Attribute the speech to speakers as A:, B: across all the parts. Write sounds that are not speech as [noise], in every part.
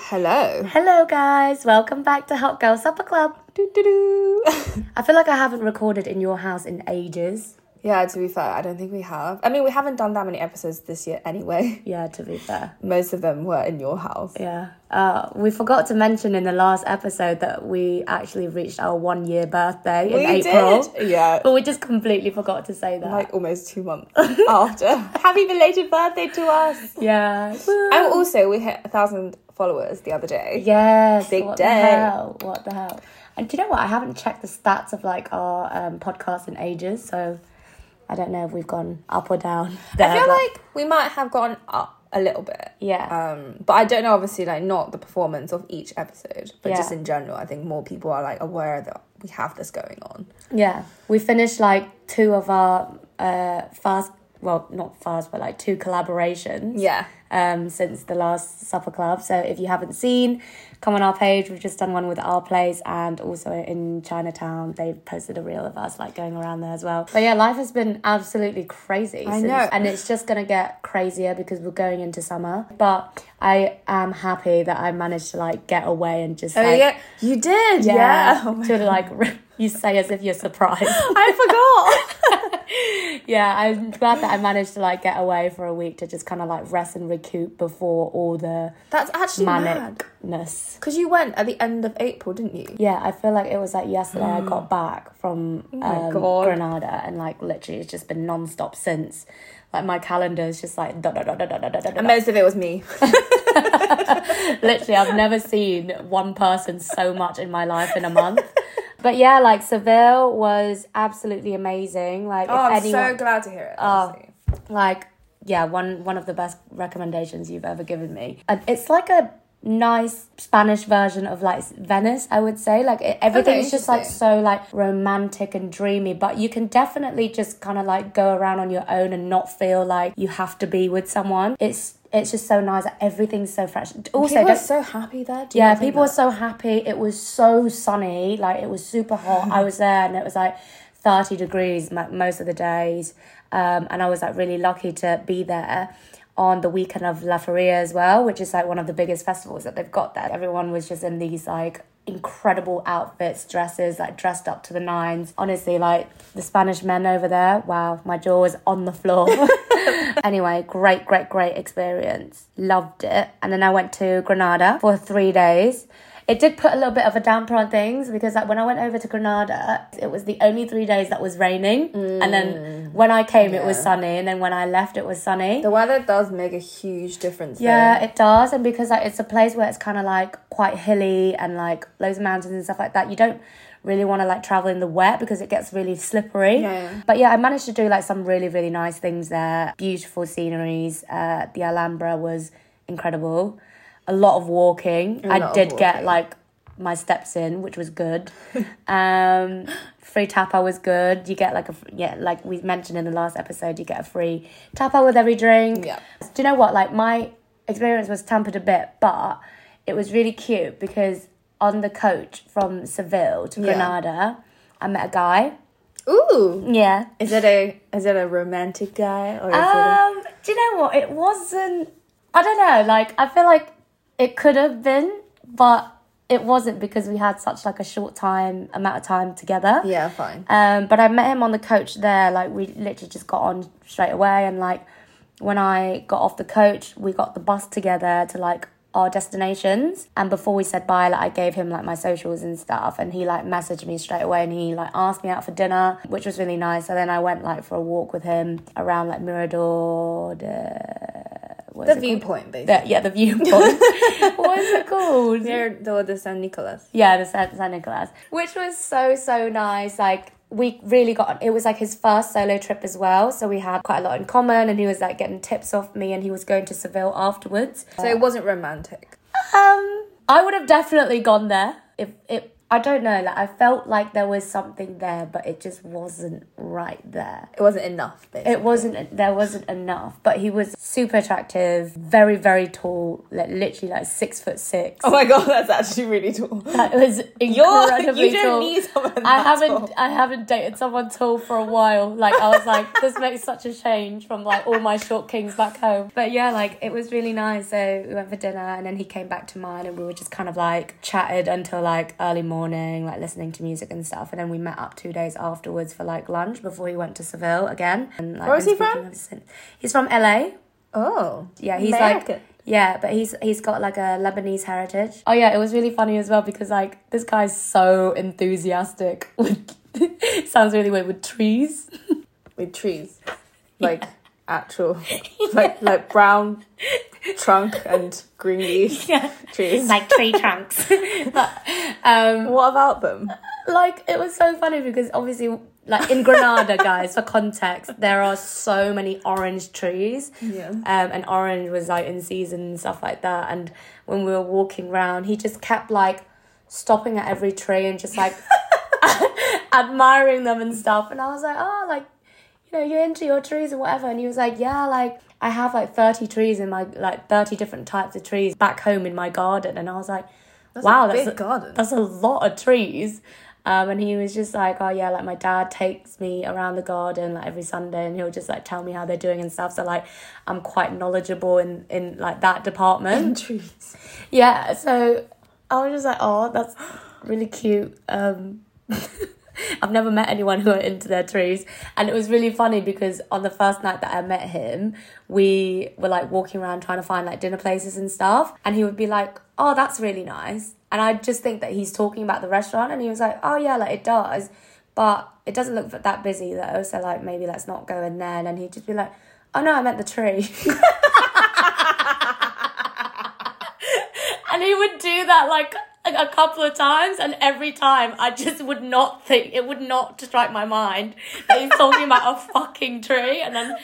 A: Hello.
B: Hello, guys. Welcome back to Hot Girl Supper Club.
A: Doo-doo-doo.
B: I feel like I haven't recorded in your house in ages.
A: [laughs] yeah, to be fair, I don't think we have. I mean, we haven't done that many episodes this year anyway. [laughs]
B: Yeah, to be fair.
A: Most of them were in your house.
B: Yeah. Uh, we forgot to mention in the last episode that we actually reached our one year birthday in April.
A: did. [laughs] Yeah.
B: But we just completely forgot to say that.
A: Like almost two [laughs] months after. Happy belated birthday to us.
B: yeah. Woo.
A: And Oh, also, we hit a thousand followers the other day.
B: Yes.
A: Big
B: what
A: day.
B: the hell? What the hell? And do you know what? I haven't checked the stats of like our um, podcast in ages, so I don't know if we've gone up or down. There,
A: I feel
B: but-
A: like we might have gone up a little bit.
B: yeah,
A: Um, but I don't know, obviously, like not the performance of each episode, but
B: Yeah.
A: just in general, I think more people are like aware that we have this going on.
B: yeah. We finished like two of our uh, fast, well, not fast, but like two collaborations.
A: Yeah.
B: um, since the last Supper Club. So if you haven't seen, come on our page. We've just done one with our place and also in Chinatown. They've posted a reel of us like going around there as well. But yeah, life has been absolutely crazy.
A: I know.
B: And it's just going to get crazier because we're going into summer. But I am happy that I managed to like get away and just
A: Oh
B: like,
A: yeah, you did.
B: yeah,
A: Oh my-
B: [laughs] to like, you say as if you're surprised.
A: [laughs] I forgot.
B: yeah, I'm glad that I managed to like get away for a week to just kind of like rest and recoup before all the
A: That's actually mad.
B: manicness.
A: Because you went at the end of April, didn't you?
B: Yeah, I feel like it was like yesterday I
A: [gasps]
B: got back from
A: Oh my
B: um,
A: God.
B: Granada and like literally it's just been non-stop since. Like my calendar is just like dot dot dot dot dot dot dot. dot,
A: And
B: dot.
A: most of it was me.
B: [laughs] Literally, I've never seen one person so much in my life in
A: [laughs]
B: a month. But yeah, like Seville was absolutely amazing. Like
A: Oh, I'm
B: if anyone,
A: so glad to hear it. honestly.
B: like yeah one one of the best recommendations you've ever given me and it's like a nice spanish version of like venice i would say like it, everything
A: Okay,
B: is just like
A: interesting.
B: so like romantic and dreamy but you can definitely just kind of like go around on your own and not feel like you have to be with someone it's it's just so nice everything's so fresh also
A: people are
B: don't-
A: so happy there. Do you
B: yeah,
A: not think
B: people were
A: that?
B: so happy. It was so sunny. Like it was super hot. I was there and it was like 30 degrees mo- most of the days. Um, and I was like really lucky to be there on the weekend of La Feria as well, which is like one of the biggest festivals that they've got there. Everyone was just in these like incredible outfits, dresses, like dressed up to the nines. Honestly, like the Spanish men over there, wow, my jaw was on the floor. anyway, great, great, great experience. Loved it. And then I went to Granada for three days. It did put a little bit of a damper on things because like when I went over to Granada, it was the only three days that was raining. And then when I came, it was sunny. And then when I left, it was sunny.
A: The weather does make a huge difference.
B: Yeah,
A: though.
B: it does, and because like it's a place where it's kind of like quite hilly and like loads of mountains and stuff like that. You don't really want to like travel in the wet because it gets really slippery.
A: Yeah, yeah.
B: But yeah, I managed to do like some really really nice things there. Beautiful sceneries. Uh, the Alhambra was incredible. A lot of walking.
A: lot
B: I
A: of
B: did get
A: walking.
B: like my steps in, which was good. um, free tapa was good. You get like a fr- yeah, like we mentioned in the last episode, you get a free tapa with every drink.
A: Yeah.
B: Do you know what? Like my experience was tampered a bit, but it was really cute because on the coach from Seville to
A: Yeah.
B: Granada, I met a guy.
A: Ooh.
B: Yeah.
A: Is it a is it a romantic guy or is it? A,
B: Um, do you know what? It wasn't. I don't know. Like I feel like it could have been, but it wasn't because we had such like a short time amount of time together.
A: yeah, fine.
B: Um, but I met him on the coach there. Like we literally just got on straight away, and like when I got off the coach, we got the bus together to like our destinations. And before we said bye, like I gave him like my socials and stuff, and he like messaged me straight away, and he like asked me out for dinner, which was really nice. So then I went like for a walk with him around like Mirador. De... What
A: The
B: is it called?
A: viewpoint, basically.
B: The, yeah, the viewpoint. [laughs] what is it [laughs] called?
A: Near the, the San Nicolas.
B: Yeah, the San, San Nicolas, which was so so nice. Like we really got it was like his first solo trip as well, so we had quite a lot in common. And he was like getting tips off me, and he was going to Seville afterwards.
A: So it wasn't romantic.
B: Um, I would have definitely gone there if it I don't know. Like I felt like there was something there, but it just wasn't right there.
A: It wasn't enough, basically.
B: It wasn't. There wasn't enough. But he was super attractive, very very tall, like literally like six foot six.
A: oh my god, that's actually really tall.
B: That was
A: You're,
B: incredibly
A: you don't
B: tall.
A: need someone that
B: I haven't
A: tall.
B: I haven't dated someone tall for a while. Like I was like, [laughs] this makes such a change from like all my short kings back home. But yeah, like it was really nice. So we went for dinner and then he came back to mine and we were just kind of like chatted until like early morning, like listening to music and stuff. And then we met up two days afterwards for like lunch before he went to Seville again. And like
A: Where was
B: been
A: he from?
B: speaking ever since. He's from LA.
A: Oh.
B: Yeah, he's like
A: American.
B: yeah, but he's he's got like a Lebanese heritage. Oh yeah, it was really funny as well because like this guy's so enthusiastic. [laughs] with- Sounds really weird with trees.
A: with trees. Like actual like like brown trunk and green
B: [laughs]
A: leaf
B: [laughs] Yeah.
A: trees.
B: Like tree [laughs] trunks. um,
A: what about them?
B: like it was so funny because obviously like in Granada, guys, for context, there are so many orange [laughs] trees.
A: Yeah.
B: um, and orange was like in season and stuff like that. And when we were walking around, he just kept like stopping at every tree and just like
A: [laughs]
B: [laughs] admiring them and stuff. And I was like, oh, like you know, you're into your trees or whatever. And he was like, yeah, like I have like thirty trees in my like thirty different types of trees back home in my garden. And I was like, wow, that's
A: big garden.
B: that's a lot of trees. Um, and he was just like, oh yeah, like my dad takes me around the garden like every Sunday, and he'll just like tell me how they're doing and stuff. So like, I'm quite knowledgeable in in like that department.
A: trees.
B: yeah, so I was just like, oh, that's really cute. Um, [laughs] I've never met anyone who are into their trees, and it was really funny because on the first night that I met him, we were like walking around trying to find like dinner places and stuff, and he would be like, "Oh, that's really nice," and I just think that he's talking about the restaurant, and he was like, "Oh yeah, like it does, but it doesn't look that busy though, so like maybe let's not go in there," and then he'd just be like, "Oh no, I meant the tree." [laughs] And he would do that like a a couple of times, and every time I just would not think it would not strike my mind
A: [laughs]
B: that he's talking about a fucking tree. And then,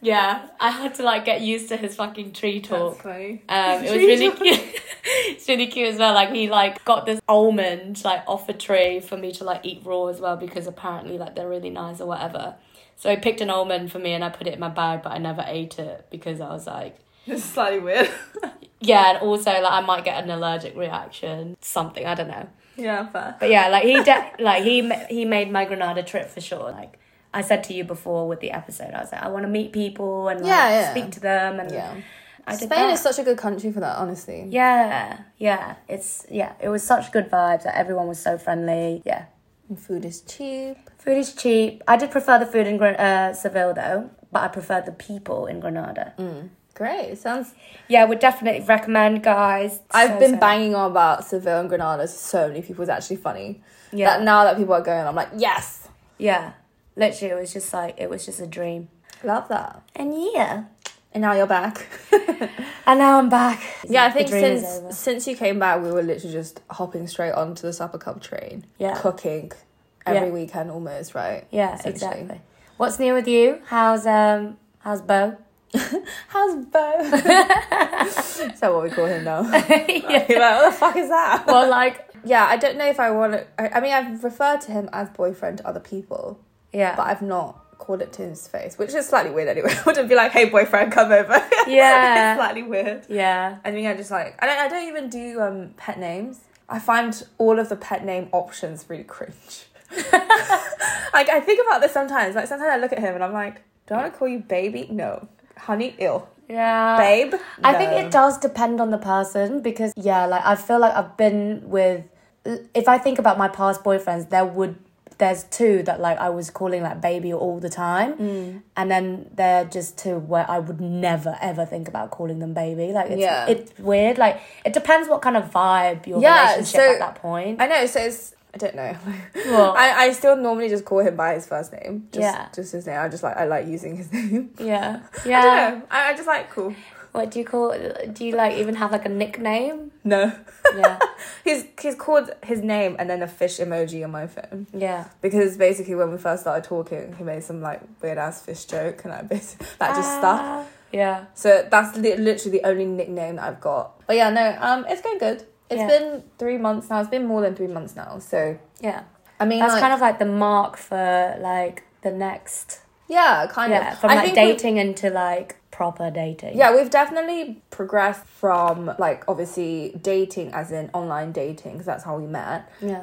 B: yeah, I had to like get used to his fucking tree talk.
A: funny.
B: Um, it was
A: Tree
B: really
A: talk.
B: cute. [laughs] it's really cute as well. Like he like got this almond like off a tree for me to like eat raw as well because apparently like they're really nice or whatever. So he picked an almond for me and I put it in my bag, but I never ate it because I was like,
A: It's slightly weird. [laughs]
B: yeah, and also like I might get an allergic reaction, something I don't know.
A: yeah, fair.
B: But yeah, like he de- [laughs] like he ma- he made my Granada trip for sure. Like I said to you before with the episode, I was like, I want to meet people and like,
A: Yeah, yeah.
B: speak to them, and
A: Yeah.
B: I did
A: Spain
B: that.
A: is such a good country for that, honestly.
B: yeah, yeah, it's yeah, it was such good vibes. Like, everyone was so friendly. Yeah,
A: And food is cheap.
B: food is cheap. I did prefer the food in Gran- uh, Seville though, but I preferred the people in Granada.
A: Mm. Great. Sounds
B: Yeah, would definitely recommend, guys.
A: I've
B: So,
A: been
B: so-
A: banging on about Seville and Granada to so many people. It's actually funny.
B: Yeah.
A: That now that people are going, I'm like, yes,
B: Yeah, literally, it was just like it was just a dream.
A: love that.
B: And yeah.
A: And now you're back.
B: And now I'm back.
A: yeah, I
B: The
A: think
B: dream is over.
A: since since you came back, we were literally just hopping straight onto the supper club train.
B: Yeah.
A: Cooking every
B: Yeah.
A: weekend almost, right?
B: Yeah,
A: Essentially.
B: exactly. What's new with you? How's um how's Bo?
A: [laughs]
B: [laughs]
A: How's Bo? [laughs] Is that what we call him now?
B: Yeah.
A: [laughs] You're like, what the fuck is that?
B: Well like
A: [laughs] Yeah, I don't know if I want to. I, I mean, I've referred to him as boyfriend to other people,
B: Yeah.
A: but I've not called it to his face, which is slightly weird anyway. [laughs] I wouldn't be like, hey, boyfriend, come over. [laughs] it's
B: Yeah.
A: slightly weird.
B: yeah.
A: I think I just like, I don't, I don't even do um, pet names. I find all of the pet name options really cringe. [laughs] like, I think about this sometimes. Like, sometimes I look at him and I'm like, do I want to call you baby? No. Honey? Ill.
B: Yeah.
A: Babe?
B: Uh, I think
A: No.
B: it does depend on the person because yeah, like I feel like I've been with if I think about my past boyfriends, there would there's two that like I was calling like baby all the time.
A: Mm.
B: And then there are just two where I would never ever think about calling them baby. Like it's
A: Yeah.
B: it's weird. Like it depends what kind of vibe your
A: Yeah,
B: relationship
A: so-
B: at that point.
A: I know, so it's. I don't know. [laughs]
B: What?
A: I, I still normally just call him by his first name. Just,
B: Yeah.
A: Just his name. I just like I like using his [laughs] name.
B: yeah.
A: I
B: Yeah.
A: don't know. I, I just like cool.
B: What do you call? Do you like even have like
A: [laughs]
B: a nickname?
A: No.
B: Yeah,
A: he's he's called his name and then a fish emoji on my phone
B: yeah.
A: because basically when we first started talking, he made some like weird ass fish joke and I [laughs] basically that just stuck.
B: Ah, Yeah,
A: So that's li- literally the only nickname that I've got. But yeah, no, um, it's going good. It's
B: Yeah.
A: been three months now. It's been more than three months now. So
B: Yeah.
A: I mean,
B: That's
A: like,
B: kind of like the mark for like the next
A: yeah, kind
B: yeah,
A: of
B: from
A: I
B: like
A: think we-
B: dating into like proper dating.
A: Yeah, we've definitely progressed from like obviously dating as in online dating because that's how we met
B: Yeah.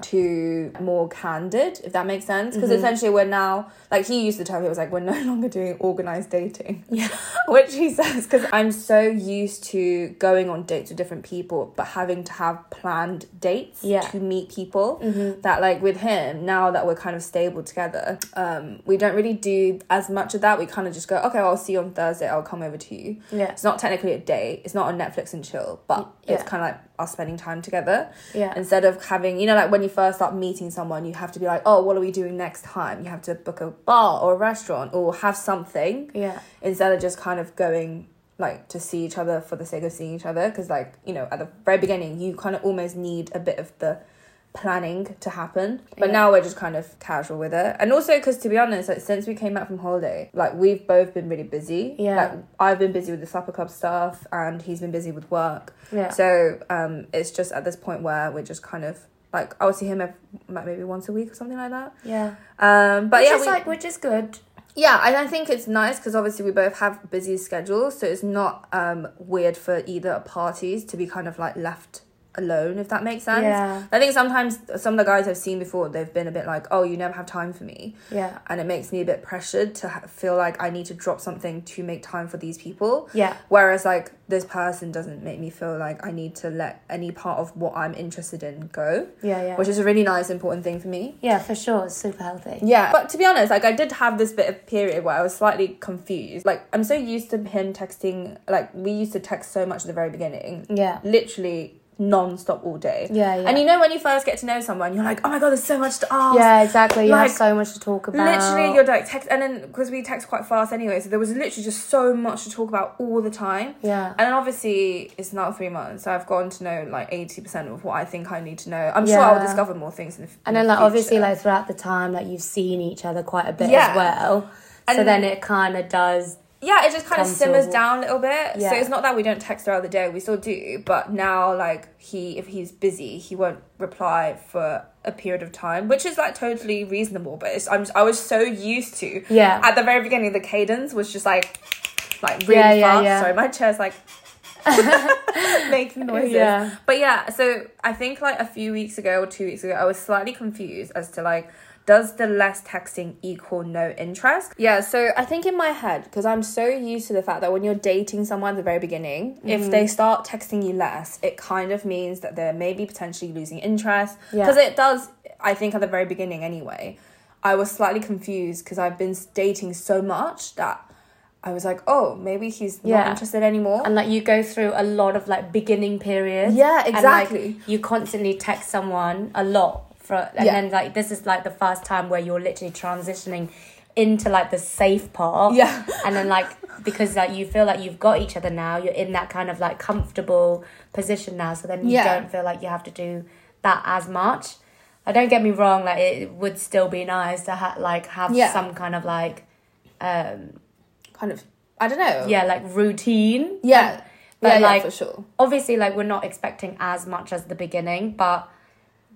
A: to
B: Mm-hmm.
A: more candid, if that makes sense. Because essentially we're now like he used to tell me it was like we're no [laughs] longer doing organized dating,
B: Yeah.
A: [laughs] which he says because I'm so used to going on dates with different people but having to have planned dates
B: Yeah.
A: to meet people
B: Mm-hmm.
A: that like with him now that we're kind of stable together um we don't really do as much of that we kind of just go okay I'll see you on Thursday I'll come over to you
B: Yeah.
A: it's not technically a date. It's not on Netflix and chill, but
B: Y-
A: it's
B: yeah.
A: kind of like us spending time together.
B: Yeah.
A: Instead of having, you know, like when you first start meeting someone, you have to be like, oh, what are we doing next time? You have to book a bar or a restaurant or have something
B: Yeah.
A: instead of just kind of going like to see each other for the sake of seeing each other. Because, like, you know, at the very beginning, you kind of almost need a bit of the planning to happen but
B: Yeah.
A: now we're just kind of casual with it and also because to be honest like since we came back from holiday like we've both been really busy
B: Yeah.
A: like I've been busy with the supper club stuff, and he's been busy with work.
B: Yeah.
A: So um, it's just at this point where we're just kind of like I'll see him ev- like maybe once a week or something like that.
B: yeah.
A: Um, but
B: Which
A: yeah,
B: is
A: we,
B: like which is good.
A: yeah, and I think it's nice because obviously we both have busy schedules, so it's not um weird for either parties to be kind of like left alone if that makes sense.
B: Yeah.
A: I think sometimes some of the guys I've seen before they've been a bit like, oh, you never have time for me
B: Yeah.
A: and it makes me a bit pressured to ha- feel like I need to drop something to make time for these people.
B: Yeah.
A: Whereas like this person doesn't make me feel like I need to let any part of what I'm interested in go,
B: Yeah, yeah.
A: which is a really nice important thing for me.
B: yeah, for sure. It's super healthy.
A: Yeah, but to be honest, like I did have this bit of period where I was slightly confused. Like I'm so used to him texting, like we used to text so much at the very beginning,
B: Yeah.
A: literally non-stop all day.
B: Yeah, yeah.
A: And you know when you first get to know someone, you're like, "Oh my god, there's so much to ask."
B: Yeah, exactly. You
A: Like,
B: have so much to talk about.
A: Literally, you're like text, and then because we text quite fast anyway, so there was literally just so much to talk about all the time.
B: Yeah.
A: And then obviously, it's now three months, so I've gotten to know like eighty percent of what I think I need to know. I'm sure I'll
B: Yeah.
A: discover more things in the f-
B: And
A: in
B: then
A: the
B: like obviously
A: future.
B: like throughout the time like you've seen each other quite a bit
A: Yeah.
B: as well. so
A: And-
B: then it kind of does.
A: yeah, it just kind of
B: come to
A: simmers
B: a-
A: down a little bit.
B: Yeah.
A: So it's not that we don't text throughout the day; we still do. But now, like he, if he's busy, he won't reply for a period of time, which is like totally reasonable. But it's, I'm, I was so used to.
B: Yeah.
A: At the very beginning, the cadence was just like, like really
B: Yeah, yeah,
A: fast.
B: yeah.
A: Sorry, my chair's
B: [laughs]
A: like [laughs] making noises.
B: Yeah.
A: But yeah, so I think like a few weeks ago or two weeks ago, I was slightly confused as to like, does the less texting equal no interest? Yeah, so I think in my head, because I'm so used to the fact that when you're dating someone at the very beginning,
B: Mm-hmm.
A: if they start texting you less, it kind of means that they're maybe potentially losing interest.
B: Yeah.
A: Because it does, I think, at the very beginning anyway. I was slightly confused because I've been s- dating so much that I was like, oh, maybe he's not
B: Yeah.
A: interested anymore.
B: And like you go through a lot of like beginning periods.
A: Yeah,
B: And
A: exactly.
B: like you constantly text someone a lot for and
A: Yeah.
B: then like this is like the first time where you're literally transitioning into like the safe part.
A: Yeah.
B: And then like because like you feel like you've got each other now, you're in that kind of like comfortable position now. So then you
A: Yeah.
B: don't feel like you have to do that as much. Like, don't get me wrong, like it would still be nice to ha- like have
A: Yeah.
B: some kind of like um
A: kind of I don't know.
B: yeah, like routine.
A: Yeah.
B: Um, But,
A: yeah, yeah,
B: like,
A: for sure.
B: obviously like we're not expecting as much as the beginning but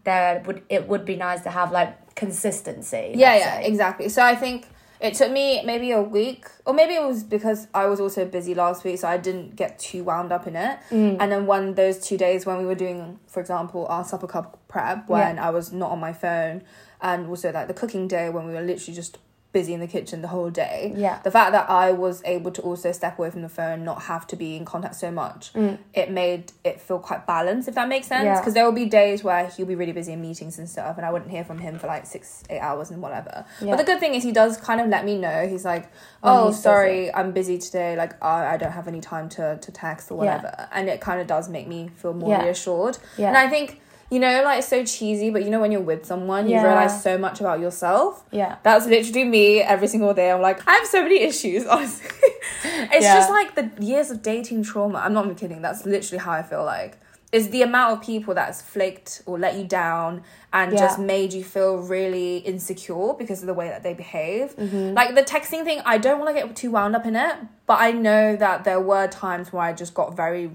B: there would it would be nice to have like consistency
A: Yeah,
B: let's
A: yeah,
B: say.
A: exactly. So I think it took me maybe a week, or maybe it was because I was also busy last week, so I didn't get too wound up in it.
B: Mm.
A: And then one those two days when we were doing, for example, our supper cup prep, when I was not on my phone, and also like the cooking day when we were literally just busy in the kitchen the whole day.
B: Yeah.
A: The fact that I was able to also step away from the phone, not have to be in contact so much, it made it feel quite balanced, if that makes sense.
B: Mm. Yeah.
A: Because there will be days where he'll be really busy in meetings and stuff, and I wouldn't hear from him for like six, eight hours and whatever.
B: Yeah.
A: But the good thing is, he does kind of let me know. He's like,
B: When
A: oh,
B: he's
A: sorry, I'm busy today. Like, I, I don't have any time to, to text or whatever. And it kind of does make me feel more
B: Yeah.
A: reassured.
B: Yeah.
A: And I think. You know, like it's so cheesy, but you know when you're with someone,
B: Yeah.
A: you realize so much about yourself.
B: yeah
A: That's literally me every single day. I'm like, I have so many issues, honestly. [laughs] it's
B: Yeah.
A: just like the years of dating trauma. I'm not even kidding. That's literally how I feel like. Is the amount of people that's flaked or let you down and
B: Yeah.
A: just made you feel really insecure because of the way that they behave.
B: Mm-hmm.
A: Like the texting thing, I don't want to get too wound up in it, but I know that there were times where I just got very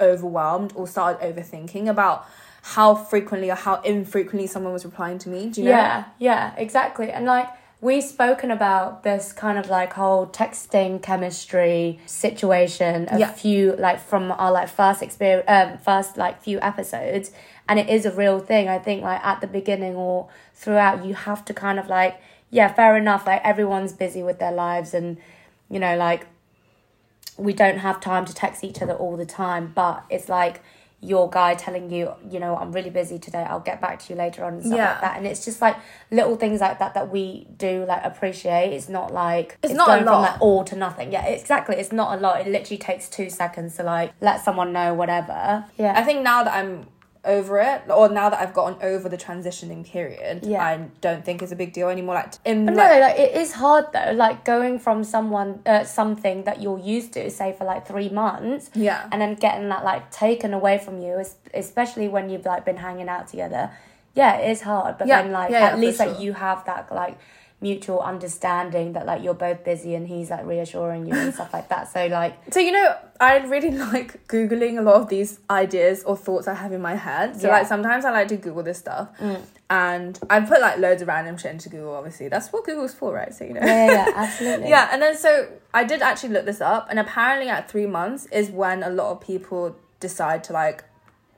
A: overwhelmed or started overthinking about how frequently or how infrequently someone was replying to me. Do you know?
B: Yeah, yeah, exactly. And like we've spoken about this kind of like whole texting chemistry situation a
A: Yeah.
B: few like from our like first experience um first like few episodes and it is a real thing. I think like at the beginning or throughout you have to kind of like yeah, fair enough. Like everyone's busy with their lives and you know like we don't have time to text each other all the time, but it's like your guy telling you, you know, I'm really busy today. I'll get back to you later on and stuff
A: Yeah.
B: like that. And it's just like little things like that that we do like appreciate. It's not like it's,
A: not a
B: going from
A: lot.
B: like all to nothing. Yeah, exactly. It's not a lot. It literally takes two seconds to like let someone know whatever. Yeah,
A: I think now that I'm over it, or now that I've gotten over the transitioning period,
B: Yeah.
A: I don't think it's a big deal anymore. Like in
B: But
A: like,
B: no, like it is hard though. Like going from someone, uh, something that you're used to, say for like three months,
A: Yeah.
B: and then getting that like taken away from you, es- especially when you've like been hanging out together. Yeah, it is hard, but
A: Yeah,
B: then like
A: yeah, yeah,
B: at
A: for
B: least like
A: sure.
B: you have that like mutual understanding that like you're both busy and he's like reassuring you and stuff like that. So like
A: So you know, I really [laughs] like googling a lot of these ideas or thoughts I have in my head. So
B: Yeah.
A: like sometimes I like to Google this stuff, and I put like loads of random shit into Google. Obviously, that's what Google's for, right? So you know.
B: yeah, yeah, yeah, absolutely.
A: Yeah, and then so I did actually look this up, and apparently at three months is when a lot of people decide to like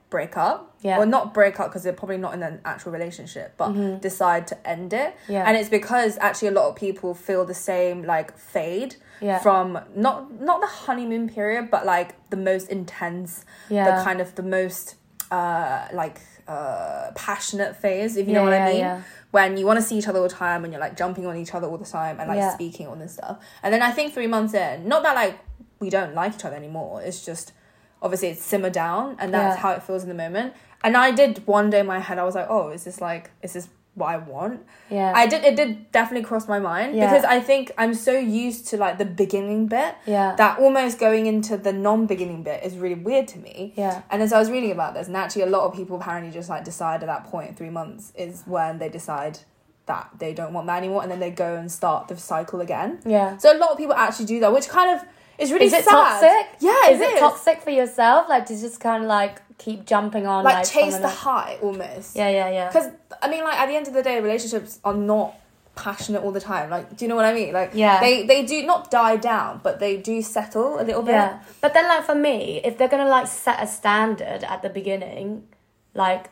A: break up.
B: Yeah. Mm-hmm.
A: Well, not break up because they're probably not in an actual relationship, but decide to end it.
B: Yeah.
A: And it's because actually a lot of people feel the same like fade
B: Yeah.
A: from not not the honeymoon period, but like the most intense,
B: Yeah.
A: the kind of the most uh like uh passionate phase, if you
B: Yeah,
A: know what
B: yeah,
A: I mean.
B: yeah.
A: When you want to see each other all the time and you're like jumping on each other all the time and like
B: Yeah.
A: speaking on this stuff. And then I think three months in, not that like we don't like each other anymore. It's just obviously it's simmered down and that's
B: Yeah.
A: how it feels in the moment. And I did one day in my head I was like, oh, is this like is this what I want?
B: Yeah.
A: I did it did definitely cross my mind
B: Yeah.
A: because I think I'm so used to like the beginning bit
B: Yeah.
A: that almost going into the non-beginning bit is really weird to me.
B: Yeah.
A: And as I was reading about this, and actually a lot of people apparently just like decide at that point, three months is when they decide that they don't want that anymore, and then they go and start the cycle again.
B: Yeah.
A: So a lot of people actually do that, which kind of is really
B: is it
A: sad.
B: toxic?
A: Yeah,
B: is it toxic for yourself? Like to just kind of like keep jumping on
A: Like,
B: like,
A: chase
B: someone
A: the
B: else?
A: high almost.
B: Yeah, yeah, yeah.
A: Because I mean, like at the end of the day, relationships are not passionate all the time. Like, do you know what I mean? Like,
B: Yeah.
A: they they do not die down, but they do settle a little bit.
B: Yeah. But then like for me, if they're gonna like set a standard at the beginning,
A: [laughs]
B: like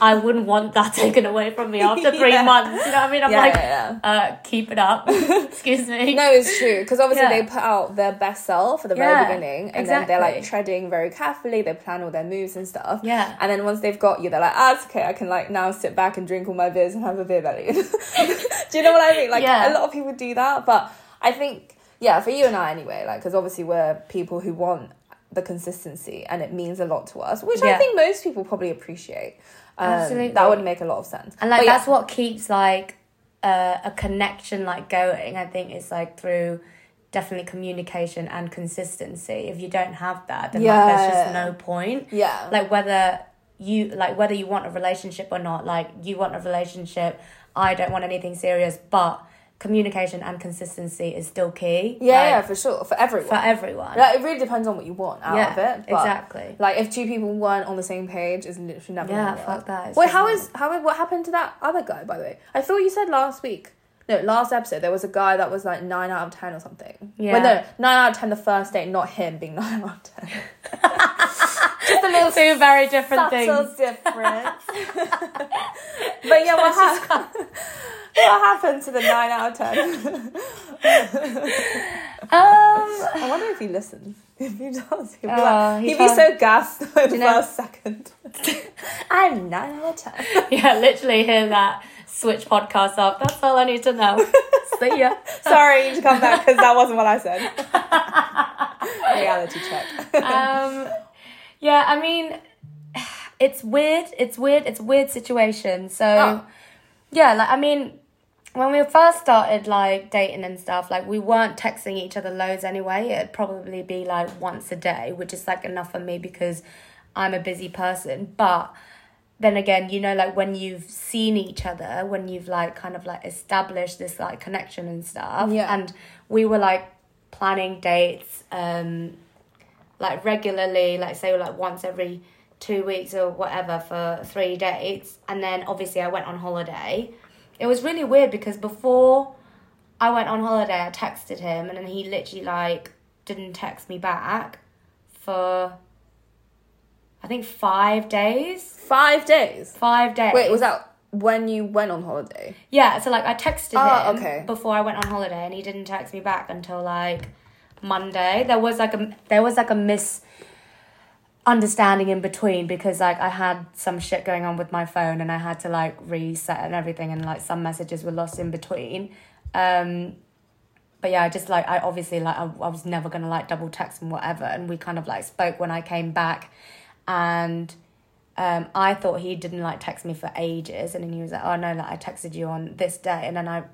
B: I wouldn't want that taken away from me after three
A: Yeah.
B: months. You know what I mean? I'm
A: Yeah,
B: like,
A: yeah,
B: uh, keep
A: [laughs]
B: it up. Excuse me.
A: No, it's true because obviously
B: Yeah.
A: they put out their best self at the very
B: Yeah,
A: beginning, and then they're like
B: exactly.
A: treading very carefully. They plan all their moves and stuff.
B: Yeah.
A: and then once they've got you, they're like, "Ah, it's okay. I can like now sit back and drink all my beers and have a beer belly." [laughs] do you know what I mean? Like a
B: Yeah.
A: lot of people do that, but I think yeah, for you and I anyway, like because obviously we're people who want the consistency, and it means a lot to us, which I
B: Yeah.
A: think most people probably appreciate. Um,
B: Absolutely.
A: that would make a lot of sense.
B: And like
A: But yeah.
B: that's what keeps like uh, a connection like going. I think is like through definitely communication and consistency. If you don't have that, then like there's just
A: Yeah.
B: no point.
A: yeah,
B: like whether you like whether you want a relationship or not like you want a relationship i don't want anything serious but communication and consistency is still key
A: yeah, yeah,
B: like,
A: for sure, for everyone.
B: for everyone
A: Like, it really depends on what you want out
B: Yeah,
A: of it. But,
B: exactly.
A: Like if two people weren't on the same page, it's literally never.
B: Yeah,
A: gonna work.
B: fuck that, it's
A: Wait,
B: just
A: how
B: not-
A: is how what happened to that other guy? By the way, I thought you said last week. No, last episode there was a guy that was like nine out of ten or something.
B: Yeah.
A: Well, no, nine out of ten the first date, not him being [laughs] nine out of ten.
B: just a little [laughs] two very different
A: Subtle
B: things
A: difference. [laughs] but yeah,
B: [laughs]
A: what,
B: That's
A: hap- [laughs] what happened to the nine out of ten?
B: um
A: I wonder if he listens. [laughs] If he does, he'd be,
B: Oh,
A: like,
B: he
A: he'd be so
B: can't-
A: gassed [laughs] in the
B: know-
A: first second. [laughs] I'm nine out of ten.
B: [laughs] yeah literally hear that switch podcast up that's all i need to
A: [laughs]
B: know see ya
A: [laughs] Sorry, you need to come back because that wasn't what I [laughs] said. Reality check.
B: um yeah i mean [sighs] it's weird it's weird it's a weird situation so
A: Oh.
B: yeah like i mean when we first started like dating and stuff like we weren't texting each other loads anyway it'd probably be like once a day which is like enough for me because i'm a busy person but then again you know like when you've seen each other when you've like kind of like established this like connection and stuff
A: Yeah.
B: and we were like planning dates um like regularly, like say like once every two weeks or whatever for three dates. And then obviously I went on holiday. It was really weird because before I went on holiday, I texted him and then he literally like didn't text me back for I think five days.
A: Five days.
B: Five days.
A: Wait, was that when you went on holiday?
B: Yeah, so like I texted
A: Oh,
B: him
A: okay.
B: before I went on holiday, and he didn't text me back until like Monday. There was like a there was like a misunderstanding in between because like I had some shit going on with my phone, and I had to like reset and everything, and like some messages were lost in between. Um, but yeah, I just like I obviously like I, I was never gonna like double text and whatever, and we kind of like spoke when I came back, and um, I thought he didn't like text me for ages, and then he was like, "Oh no, like I texted you on this day," and then I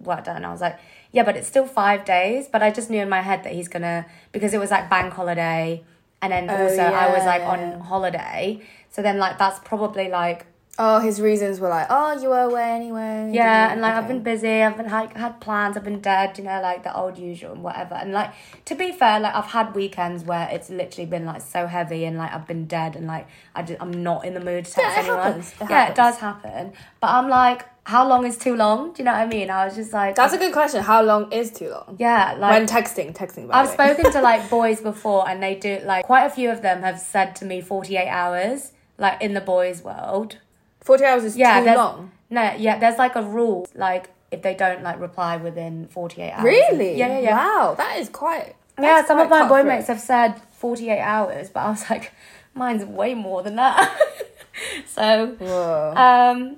B: worked out, and I was like, "Yeah, but it's still five days." But I just knew in my head that he's gonna because it was like bank holiday, and then also I was like
A: yeah.
B: on holiday, so then like that's probably like
A: Oh, his reasons were like, oh, you were away anyway.
B: yeah,
A: didn't
B: and
A: you?
B: like I've
A: Okay.
B: been busy, I've been like had plans, I've been dead, you know, like the old usual and whatever. And like to be fair, like I've had weekends where it's literally been like so heavy and like I've been dead and like I just, I'm not in the mood to text
A: Yeah, it
B: anyone.
A: happens. It
B: yeah,
A: happens.
B: it does happen. But I'm like, how long is too long? Do you know what I mean? I was just like,
A: That's a good question. How long is too long?
B: yeah, like
A: When texting, texting. By the
B: I've
A: way.
B: spoken
A: [laughs]
B: to like boys before, and they do like quite a few of them have said to me 48 hours, like in the boys' world.
A: Forty hours is
B: Yeah,
A: too
B: there's-
A: long.
B: No, yeah, there's like a rule, like if they don't like reply within 48 hours.
A: Really?
B: Yeah, yeah, yeah.
A: Wow, that is quite.
B: Yeah,
A: that's
B: some of
A: quite
B: my boy
A: cutthroat.
B: mates have said 48 hours, but I was like, mine's way more than that. [laughs] so,
A: Whoa.
B: um,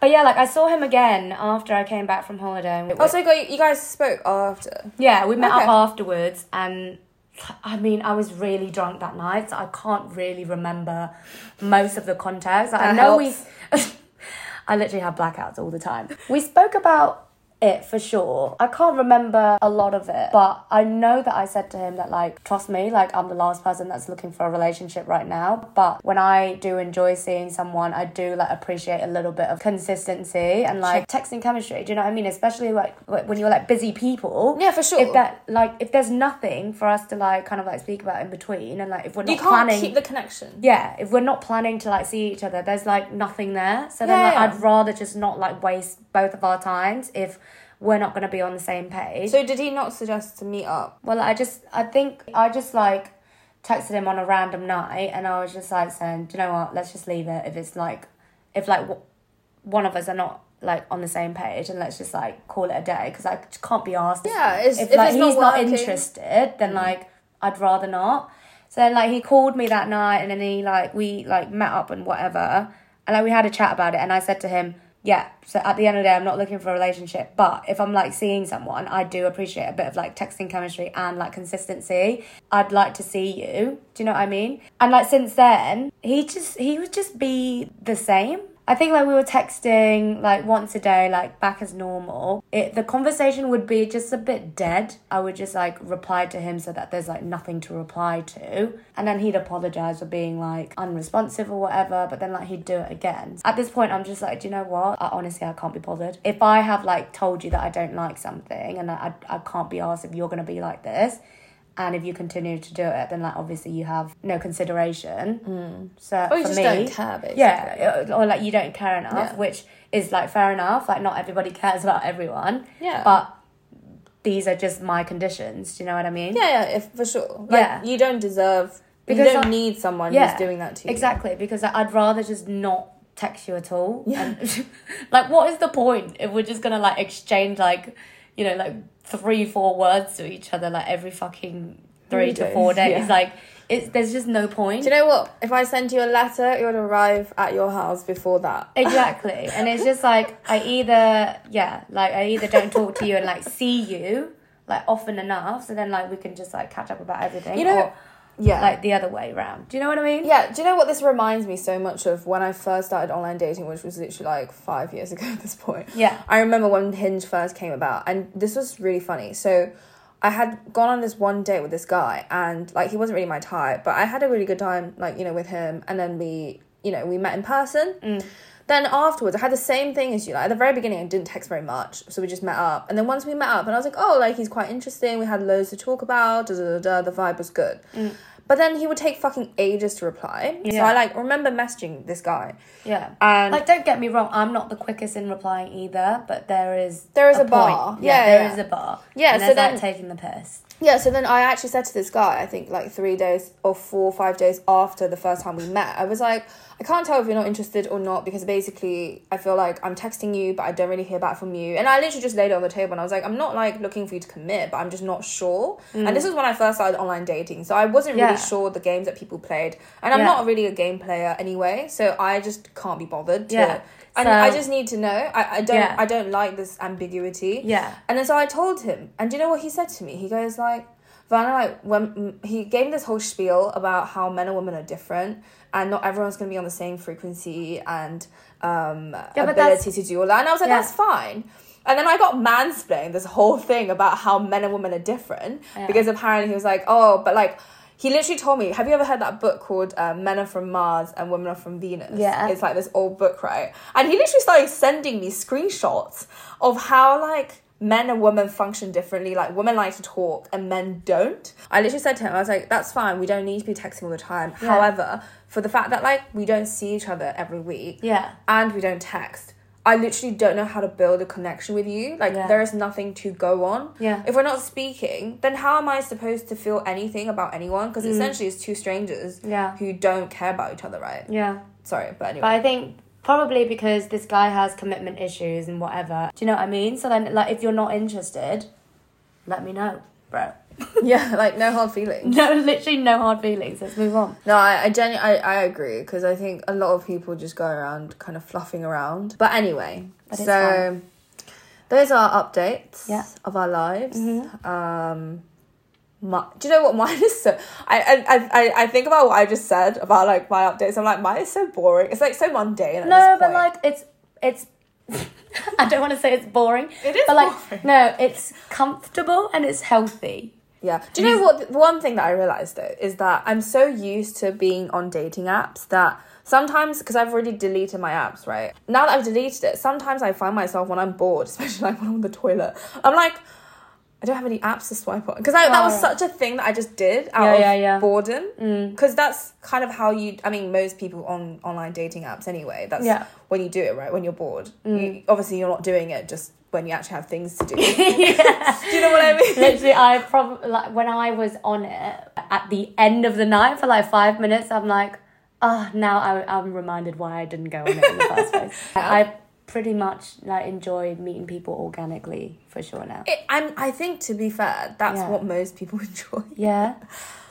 B: but yeah, like I saw him again after I came back from holiday. And we-
A: Oh, so you guys- you guys spoke after.
B: yeah, we met
A: Okay.
B: up afterwards, and I mean, I was really drunk that night, so I can't really remember most of the context. Like, I
A: That
B: know we. [laughs] I literally have blackouts all the time. We spoke about it for sure. I can't remember a lot of it, but I know that I said to him that, like, trust me, like, I'm the last person that's looking for a relationship right now. But when I do enjoy seeing someone, I do, like, appreciate a little bit of consistency and, like, texting chemistry. Do you know what I mean? Especially, like, wh- when you're, like, busy people.
A: Yeah, for sure.
B: If that, like, if there's nothing for us to, like, kind of, like, speak about in between and, like, if we're not
A: You can't
B: planning
A: keep the connection.
B: yeah, if we're not planning to like see each other, there's like nothing there. So then
A: Yeah,
B: like,
A: yeah.
B: I'd rather just not like waste both of our times if we're not gonna be on the same page.
A: So did he not suggest to meet up?
B: well, I just I think I just like texted him on a random night, and I was just like saying, Do you know what? Let's just leave it. If it's like, if like w- one of us are not like on the same page, and let's just like call it a day because I just can't be asked.
A: Yeah, it's-
B: if,
A: if
B: like
A: it's not
B: he's not,
A: working. Mm-hmm.
B: interested, then like I'd rather not. So then like he called me that night, and then he like we like met up and whatever, and like we had a chat about it, and I said to him. Yeah, so at the end of the day, I'm not looking for a relationship, but if I'm like seeing someone, I do appreciate a bit of like texting chemistry and like consistency. I'd like to see you. Do you know what I mean? And like since then, he just he would just be the same. I think like we were texting like once a day, like back as normal. It the conversation would be just a bit dead. I would just like reply to him so that there's like nothing to reply to, and then he'd apologize for being like unresponsive or whatever. But then like he'd do it again. At this point, I'm just like, do you know what? I, honestly, I can't be bothered. If I have like told you that I don't like something, and I I, I can't be asked if you're gonna be like this. And if you continue to do it, then like obviously you have no consideration. So
A: Hmm. Or you
B: for
A: just
B: me,
A: don't care, basically.
B: yeah, or or, like you don't care enough,
A: Yeah.
B: which is like fair enough. Like not everybody cares about everyone.
A: Yeah.
B: But these are just my conditions. Do you know what I mean?
A: Yeah, yeah, if, for sure. Like,
B: Yeah.
A: You don't deserve.
B: Because
A: you don't
B: I-
A: need someone
B: yeah,
A: who's doing that to you.
B: Exactly, because I- I'd rather just not text you at all. And, [laughs] like, what is the point if we're just gonna like exchange like, you know, like three, four words to each other like every fucking three
A: Three
B: to
A: days,
B: four days?
A: yeah.
B: Like, it's there's just no point.
A: Do you know what? If I send you a letter, it would arrive at your house before that.
B: Exactly. And it's just like I either yeah, like I either don't talk to you and like see you like often enough, so then like we can just like catch up about everything.
A: You know-
B: or,
A: Yeah.
B: like the other way around. Do you know what I mean?
A: yeah, do you know what this reminds me so much of when I first started online dating, which was literally like five years [laughs] ago at this point?
B: Yeah.
A: I remember when Hinge first came about, and this was really funny. So, I had gone on this one date with this guy, and like he wasn't really my
B: Mm.
A: type, but I had a really good time, like you know, with him, and then we, you know, we met in person. Then afterwards, I had the same thing as you. Like at the very beginning, I didn't text very much, so we just met up. And then once we met up, and I was like, oh, like he's quite interesting. We had loads to talk about. Da da da. da the vibe was good. But then he would take fucking ages to reply. So
B: Mm. Yeah.
A: I like remember messaging this guy,
B: Yeah.
A: and
B: like, don't get me wrong, I'm not the quickest in replying either, but there is
A: There is a
B: point.
A: bar.
B: Yeah,
A: Yeah,
B: there is
A: yeah.
B: a bar.
A: Yeah,
B: and
A: so
B: there's,
A: then-
B: like taking the piss.
A: Yeah, so then I actually said to this guy, I think like three days or four, five days after the first time we met, I was like, I can't tell if you're not interested or not because basically I feel like I'm texting you, but I don't really hear back from you. And I literally just laid it on the table and I was like, I'm not like looking for you to commit, but I'm just not sure. And this was when I first started online dating, so I wasn't
B: Mm. Yeah.
A: really sure the games that people played. And I'm
B: Yeah.
A: not really a game player anyway, so I just can't be bothered. To,
B: Yeah.
A: And
B: So-
A: I just need to know. I, I don't
B: Yeah.
A: I don't like this ambiguity.
B: Yeah.
A: And then so I told him, and do you know what he said to me? He goes like, Vanna, like when mm, he gave me this whole spiel about how men and women are different, and not everyone's gonna be on the same frequency and um,
B: but that's-
A: ability to do all that, and I was like,
B: Yeah.
A: that's fine. And then I got mansplained this whole thing about how men and women are different
B: Yeah.
A: because apparently he was like, oh, but like. He literally told me, "Have you ever heard that book called uh, Men Are From Mars and Women Are From Venus?"
B: Yeah.
A: It's like this old book, right? And he literally started sending me screenshots of how like men and women function differently. Like women like to talk and men don't. I literally said to him, I was like, that's fine, we don't need to be texting all the time.
B: Yeah.
A: However, for the fact that like we don't see each other every week
B: Yeah.
A: and we don't text. I literally don't know how to build a connection with you. Like
B: Yeah.
A: there is nothing to go on.
B: Yeah.
A: If we're not speaking, then how am I supposed to feel anything about anyone? Because essentially, it's two strangers.
B: Mm. Yeah.
A: Who don't care about each other, right?
B: Yeah.
A: Sorry, but anyway.
B: But I think probably because this guy has commitment issues and whatever. Do you know what I mean? So then, like, if you're not interested, let me know, bro.
A: [laughs] Yeah, like no hard feelings.
B: No, literally no hard feelings. Let's move on.
A: No, I I, genu- I, I agree because I think a lot of people just go around kind of fluffing around. But anyway,
B: But it's
A: so those are our updates
B: Yeah. Mm-hmm.
A: of our lives. Um, my, do you know what [laughs] mine is so? I, I I I think about what I just said about like my updates. I'm like mine is so boring. It's like so mundane. At
B: No,
A: this
B: but
A: point.
B: like it's it's. [laughs] I don't want to say it's boring.
A: It is
B: but like
A: boring.
B: no, it's comfortable and it's healthy.
A: Yeah. Do you know what? The one thing that I realized though is that I'm so used to being on dating apps that sometimes, because I've already deleted my apps, right? Now that I've deleted it, sometimes I find myself when I'm bored, [laughs] especially like when I'm on the toilet, I'm like, I don't have any apps to swipe on. Because that was
B: Oh.
A: such a thing that I just did out
B: Yeah,
A: of
B: yeah, yeah. Mm.
A: boredom. Because that's kind of how you, I mean, most people on online dating apps anyway, that's
B: Yeah. Mm.
A: when you do it, right? When you're bored. You, obviously, you're not doing it just when you actually have things to do.
B: yeah.
A: do you know what I mean?
B: [laughs] Literally, I probably like when I was on it at the end of the night for like five minutes. I'm like, oh, now I, I'm reminded why I didn't go on it in the first place.
A: [laughs]
B: I pretty much like enjoy meeting people organically for sure now.
A: It, I'm, I think, to be fair, that's
B: Yeah.
A: what most people [laughs] enjoy.
B: Yeah.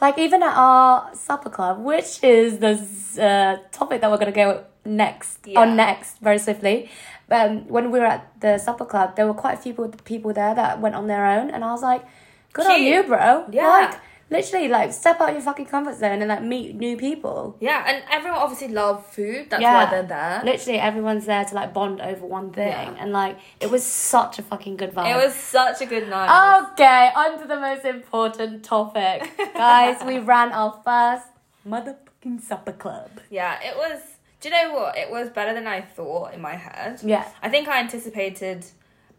B: Like even at our supper club, which is the uh, topic that we're going to go next
A: Yeah.
B: on next very swiftly. Um, when we were at the supper club, there were quite a few people, people there that went on their own, and I was like, "Good on
A: Cute.
B: you, bro!"
A: Yeah.
B: Like literally, like step out your fucking comfort zone and like meet new people.
A: Yeah, and everyone obviously love food. That's
B: Yeah.
A: why they're there.
B: Literally, everyone's there to like bond over one thing,
A: Yeah.
B: and like it was such a fucking good vibe.
A: It was such a good night.
B: Oh. Okay, on to the most important [laughs] topic. Guys, we ran our first motherfucking supper club.
A: yeah, it was. Do you know what? It was better than I thought in my head.
B: Yeah.
A: I think I anticipated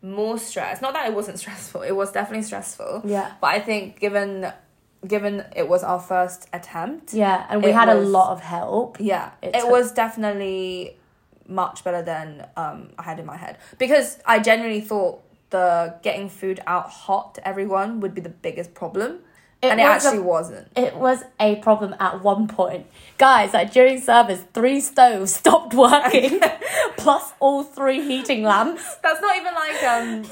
A: more stress. Not that it wasn't [laughs] stressful. It was definitely stressful.
B: Yeah.
A: But I think given given it was our first attempt.
B: Yeah, and we
A: It
B: had a
A: was-
B: lot of help.
A: Yeah,
B: It
A: it,
B: took-
A: was definitely much better than um, I had in my head because I genuinely thought the getting food out hot to everyone would be the biggest problem,
B: It
A: and it
B: was a-
A: actually wasn't.
B: It was a problem at one point. Guys, like during service, three stoves [laughs] stopped [laughs] working, plus all three heating lamps.
A: That's not even like [laughs] um,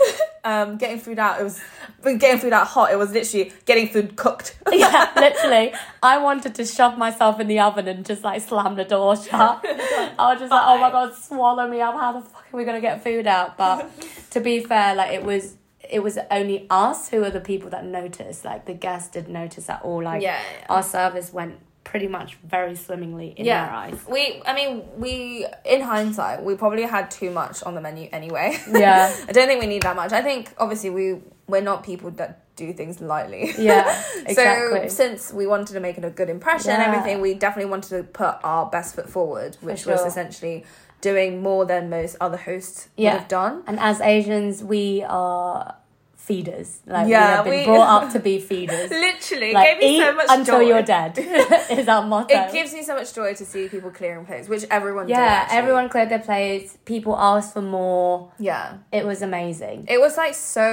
A: um, getting food out. It was but getting food out hot. It was literally getting food cooked. [laughs]
B: [laughs] Yeah, literally. I wanted to shove myself in the oven and just like slam the door
A: [laughs]
B: shut. I was just like, oh my god, swallow me up. How the fuck are we gonna get food
A: [laughs]
B: out? But to be fair, like it was it was only us who were the people that noticed. Like the guests did notice at all. Like
A: Yeah, yeah.
B: our service went pretty much very swimmingly in their eyes.
A: we. I mean, we. In hindsight, we probably had too much on the menu anyway. [laughs]
B: Yeah.
A: I don't think we need that much. I think obviously we we're not people that do things lightly. [laughs]
B: Yeah, exactly.
A: So since we wanted to make a good impression and
B: Yeah.
A: everything, we definitely wanted to put our best foot forward, which was
B: sure.
A: essentially doing more than most other hosts
B: Yeah.
A: would have done.
B: and as Asians, we are feeders. Like
A: Yeah,
B: we have been
A: we-
B: brought
A: [laughs]
B: up to be feeders.
A: Literally, it
B: like
A: gave me
B: eat
A: so much
B: until
A: joy.
B: you're
A: [laughs]
B: dead [laughs] is our motto.
A: It gives me so much joy to see people clearing plates, which everyone did.
B: yeah,
A: actually.
B: everyone cleared their plates. People asked for more.
A: Yeah.
B: It was amazing.
A: It was like so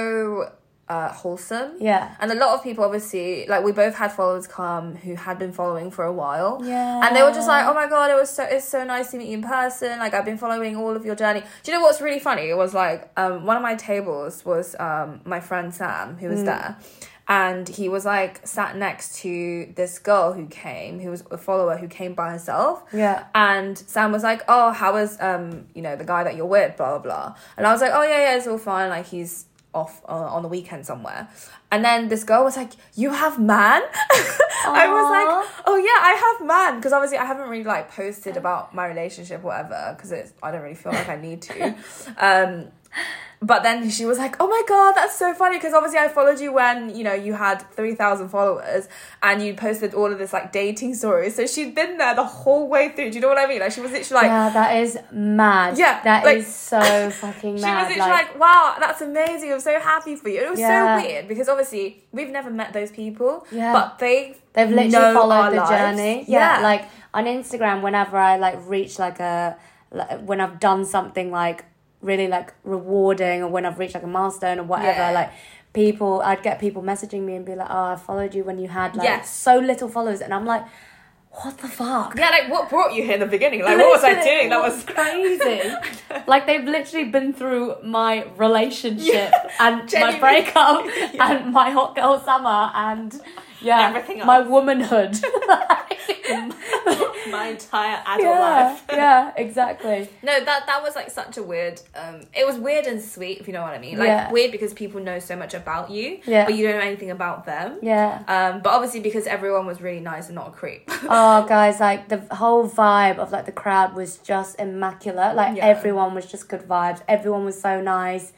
A: uh, wholesome.
B: Yeah.
A: And a lot of people, obviously, like we both had followers come who had been following for a while.
B: Yeah.
A: And they were just like, oh my God, it was so, it's so nice to meet you in person. Like, I've been following all of your journey. Do you know what's really funny? It was like, um, one of my tables was um, my friend Sam, who was there. And he was like sat next to this girl who came, who was a follower who came by herself.
B: Yeah.
A: And Sam was like, "Oh, how was um, you know, the guy that you're with, blah blah blah." And I was like, "Oh yeah, yeah, it's all fine. Like he's off uh, on the weekend somewhere." And then this girl was like, "You have man?" [laughs] I was like, "Oh yeah, I have man," because obviously I haven't really like posted about my relationship, or whatever, because it's I don't really feel like I need
B: [laughs]
A: to. um, but then she was like, "Oh my god, that's so funny!" Because obviously I followed you when you know you had three thousand followers, and you posted all of this like dating stories. So she'd been there the whole way through. Do you know what I mean? Like she was literally like,
B: yeah, that is mad.
A: Yeah,
B: that is
A: like-
B: so
A: [laughs]
B: fucking
A: she was
B: mad.
A: literally like, "Wow, that's amazing! I'm so happy for you." It was
B: Yeah.
A: so weird because obviously we've never met those people,
B: Yeah.
A: but they
B: They've literally
A: know our
B: followed the
A: lives.
B: journey. Yeah. Like on Instagram, whenever I like reach like a, like, when I've done something like really like rewarding or when I've reached like a milestone or whatever,
A: Yeah.
B: like people, I'd get people messaging me and be like, oh, I followed you when you had like
A: Yes.
B: so little followers. And I'm like, what the fuck?
A: yeah, like what brought you here in the beginning? [laughs] Like what was I
B: Literally,
A: doing? That
B: what-
A: was [laughs]
B: crazy. like they've literally been through my relationship [laughs] and my
A: Genuinely. [laughs]
B: breakup and my hot girl summer and yeah,
A: Everything
B: my
A: else. [laughs]
B: womanhood.
A: my entire adult
B: [laughs] yeah,
A: [laughs]
B: yeah, exactly.
A: No, that that was like such a weird. Um, it was weird and sweet, if you know what I mean. Like
B: Yeah.
A: weird because people know so much about you,
B: Yeah.
A: but you don't know anything about them.
B: Yeah.
A: Um, but obviously because everyone was really nice and not a creep. [laughs]
B: Oh, guys, like the whole vibe of like the crowd was just immaculate. Like
A: Yeah.
B: everyone was just good vibes. Everyone was so nice.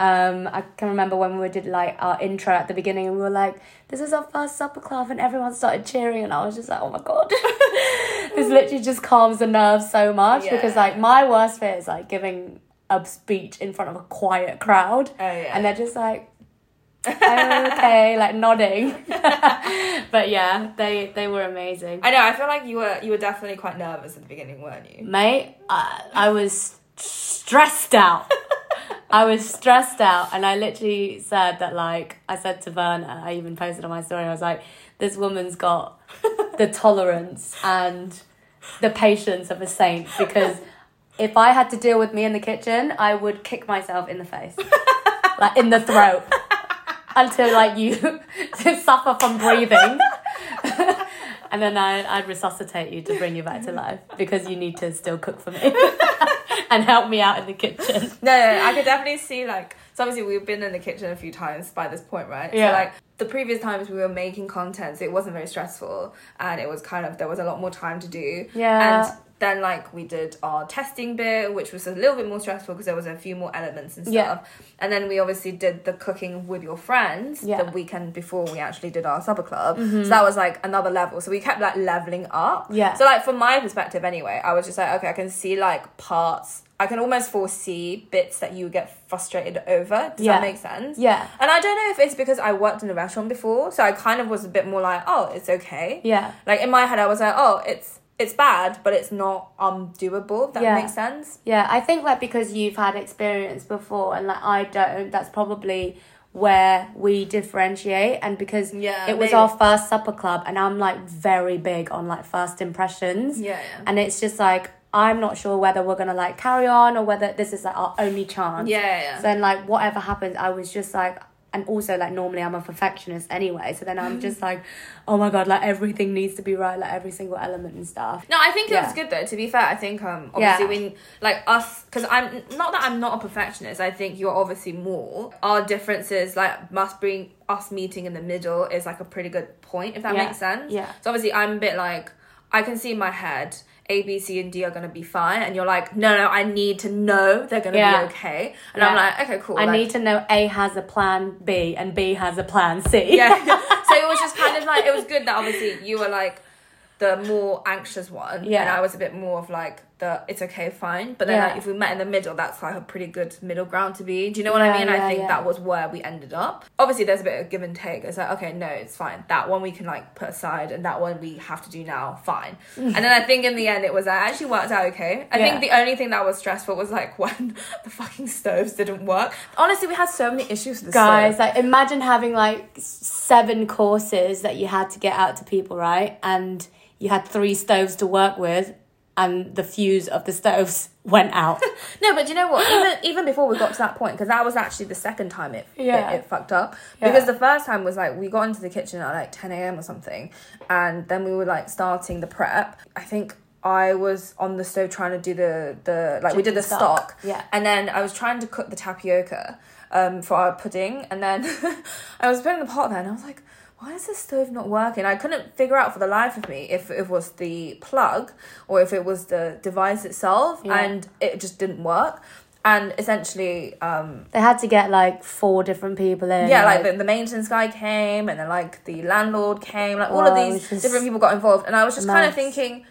B: Um, I can remember when we did like our intro at the beginning, and we were like, "This is our first supper club," and everyone started cheering, and I was just like, "Oh my god, [laughs] this literally just calms the nerves so much."
A: Yeah.
B: Because like my worst fear is like giving a speech in front of a quiet crowd,
A: Oh, yeah.
B: and they're just like, "Okay," like
A: [laughs]
B: nodding. [laughs] but yeah, they they were amazing.
A: I know. I feel like you were you were definitely quite nervous at the beginning, weren't you?
B: [laughs] Mate, I, I was stressed out. I was stressed out, and I literally said that, like, I said to Verna, I even posted on my story, I was like, this woman's got the tolerance and the patience of a saint because if I had to deal with me in the kitchen, I would kick myself in the face, like in the throat, until like you [laughs] suffer from breathing. And then I, I'd resuscitate you to bring you back to life because you need to still cook for [laughs] me and help me out in the kitchen.
A: No, no, no, I [laughs] could definitely see like. So obviously we've been in the kitchen a few times by this point, right?
B: Yeah.
A: So like the previous times we were making contents, it wasn't very stressful, and it was kind of there was a lot more time to do.
B: Yeah.
A: And then like we did our testing bit, which was a little bit more stressful because there was a few more elements and stuff.
B: Yeah.
A: And then we obviously did the cooking with your friends
B: Yeah. Mm-hmm.
A: the weekend before we actually did our supper club. So that was like another level. So we kept like leveling up.
B: Yeah.
A: So like from my perspective anyway, I was just like, okay, I can see like parts. I can almost foresee bits that you get frustrated over. Does
B: Yeah.
A: that make sense?
B: Yeah.
A: And I don't know if it's because I worked in a restaurant before, so I kind of was a bit more like, oh, it's okay.
B: Yeah.
A: Like in my head, I was like, oh, it's it's bad, but it's not undoable. If that
B: Yeah.
A: makes sense.
B: Yeah, I think like because you've had experience before and like I don't, that's probably where we differentiate and because
A: Yeah,
B: it was
A: maybe.
B: our first supper club and I'm like very big on like first impressions.
A: Yeah, yeah.
B: And it's just like I'm not sure whether we're gonna like carry on or whether this is like our only chance.
A: Yeah, yeah, yeah.
B: So then like whatever happens, I was just like and also like normally I'm a perfectionist anyway. So
A: [laughs]
B: then I'm just like, oh my god, like everything needs to be right, like every single element and stuff.
A: No, I think it was
B: Yeah.
A: good though. To be fair, I think um
B: Yeah.
A: obviously when like us because I'm not that I'm not a perfectionist. I think you're obviously more. Our differences like must bring us meeting in the middle is like a pretty good point if that
B: Yeah.
A: makes sense.
B: Yeah.
A: So obviously I'm a bit like. I can see in my head A, B, C, and D are gonna be fine, and you're like, no, no, I need to know they're gonna
B: Yeah.
A: be okay, and I'm
B: Yeah.
A: like, okay, cool.
B: I
A: like-
B: need to know A has a plan B and B has a plan [laughs]
A: [laughs]
B: C.
A: yeah. so it was just kind of like it was good that obviously you were like the more anxious one,
B: Yeah.
A: and I was a bit more of like the it's okay, fine. But then
B: Yeah.
A: like, if we met in the middle, that's like a pretty good middle ground to be. Do you know what
B: Yeah,
A: I mean?
B: yeah,
A: I think
B: yeah.
A: that was where we ended up. Obviously, there's a bit of give and take. It's like okay, no, it's fine. That one we can like put aside, and that one we have to do now. Fine. and then I think in the end, it was like, it actually worked out okay. I
B: Mm. Yeah.
A: think the only thing that was stressful was like [laughs] when the fucking stoves didn't work. Honestly, we had so many issues with the stove.
B: Guys, like imagine having like s- seven courses that you had to get out to people, right? And you had three stoves to work with and the fuse of the stoves [laughs] went out.
A: No, but do you know what? Even even before we got to that point, because that was actually the second time it
B: Yeah.
A: it, it fucked up.
B: Yeah.
A: Because the first time was like we got into the kitchen at like ten a.m. or something, and then we were like starting the prep. I think I was on the stove trying to do the the like we did the
B: Chicken
A: stock,
B: stock. Yeah.
A: and then I was trying to cook the tapioca um, for our pudding, and then [laughs] I was putting the pot there, and I was like. Why is this stove not working? I couldn't figure out for the life of me if it was the plug or if it was the device itself,
B: Yeah.
A: and it just didn't work. And essentially, um,
B: They had to get like four different people in.
A: yeah, like the, the maintenance guy came, and then like the landlord came, like all of
B: Wow,
A: these
B: which is
A: different people got involved, and I was just kind of
B: mess.
A: thinking,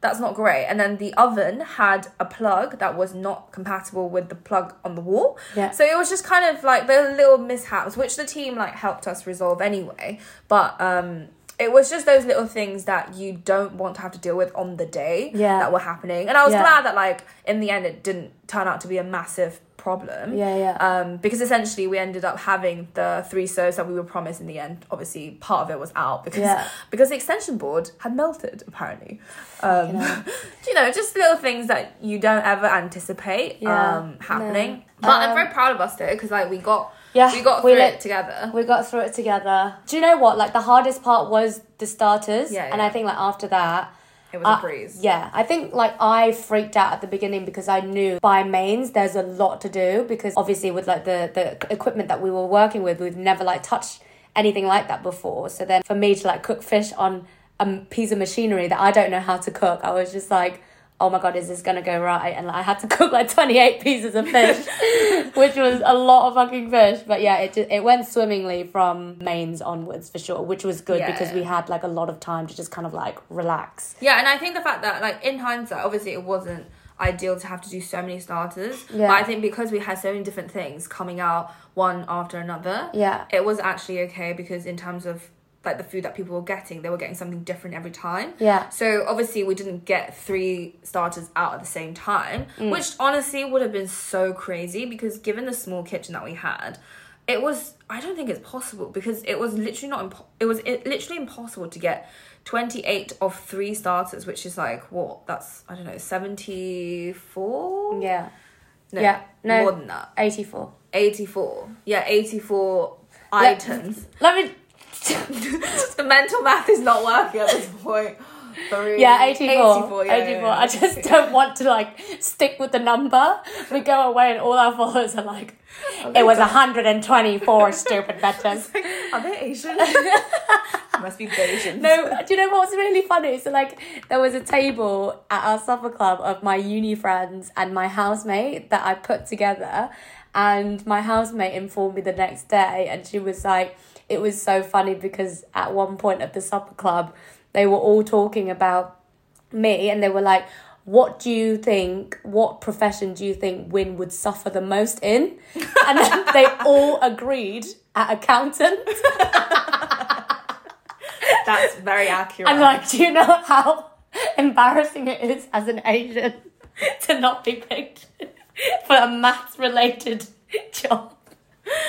A: that's not great. And then the oven had a plug that was not compatible with the plug on the wall,
B: Yeah.
A: so it was just kind of like the little mishaps, which the team like helped us resolve anyway. But um, it was just those little things that you don't want to have to deal with on the day
B: Yeah.
A: that were happening, and I was
B: Yeah.
A: glad that like in the end it didn't turn out to be a massive problem
B: Yeah, yeah.
A: um, because essentially we ended up having the three sows that we were promised in the end. Obviously, part of it was out because
B: Yeah.
A: because the extension board had melted apparently. Um, [laughs]
B: Fucking hell.
A: you know, just little things that you don't ever anticipate
B: Yeah,
A: um, happening.
B: no.
A: But I'm
B: Um,
A: very proud of us though because like we got
B: Yeah,
A: we got through
B: we
A: it
B: lit-
A: together.
B: We got through it together. Do you know what? Like the hardest part was the starters.
A: Yeah,
B: And
A: yeah.
B: I think like after that
A: It was
B: I-
A: a breeze.
B: Uh, Yeah, I think like I freaked out at the beginning because I knew by mains there's a lot to do because obviously with like the the equipment that we were working with, we've never like touched anything like that before. So then for me to like cook fish on a m- piece of machinery that I don't know how to cook, I was just like. Oh my god, is this gonna go right? And like, I had to [laughs] cook like twenty eight pieces of fish, [laughs] which was a lot of fucking fish. But yeah, it just, it went swimmingly from mains onwards for sure, which was good
A: Yeah.
B: because we had like a lot of time to just kind of like relax.
A: Yeah, and I think the fact that like in hindsight, obviously it wasn't ideal to have to do so many starters.
B: Yeah.
A: But I think because we had so many different things coming out one after another,
B: Yeah.
A: it was actually okay because in terms of like the food that people were getting, they were getting something different every time.
B: Yeah.
A: So obviously we didn't get three starters out at the same time,
B: Mm.
A: which honestly would have been so crazy because given the small kitchen that we had, it was I don't think it's possible because it was literally not impo- it was it, literally impossible to get 28 of three starters, which is like what? That's I don't know, 74?
B: Yeah.
A: No,
B: Yeah, no.
A: more than that.
B: 84.
A: 84. Yeah, 84 items. [laughs]
B: Let me.
A: the mental math is not working at this point. Three,
B: [laughs] Yeah, 84. 84,
A: yeah, yeah, yeah.
B: I just don't want to like stick with the number. We go away and all our followers are [laughs] like, it was 124 [laughs] stupid bitches.
A: Are they
B: [laughs]
A: Asian? Must be Bayesian.
B: No, do you know what's really funny? So like, there was a table at our supper club of my uni friends and my housemate that I put together, and my housemate informed me the next day, and she was like, it was so funny because at one point at the supper club, they were all talking about me, and they were like. What do you think? What profession do you think Win would suffer the most in? And then they all agreed at accountant.
A: That's very accurate.
B: I'm like, do you know how embarrassing it is as an Asian to not be picked for a maths related job?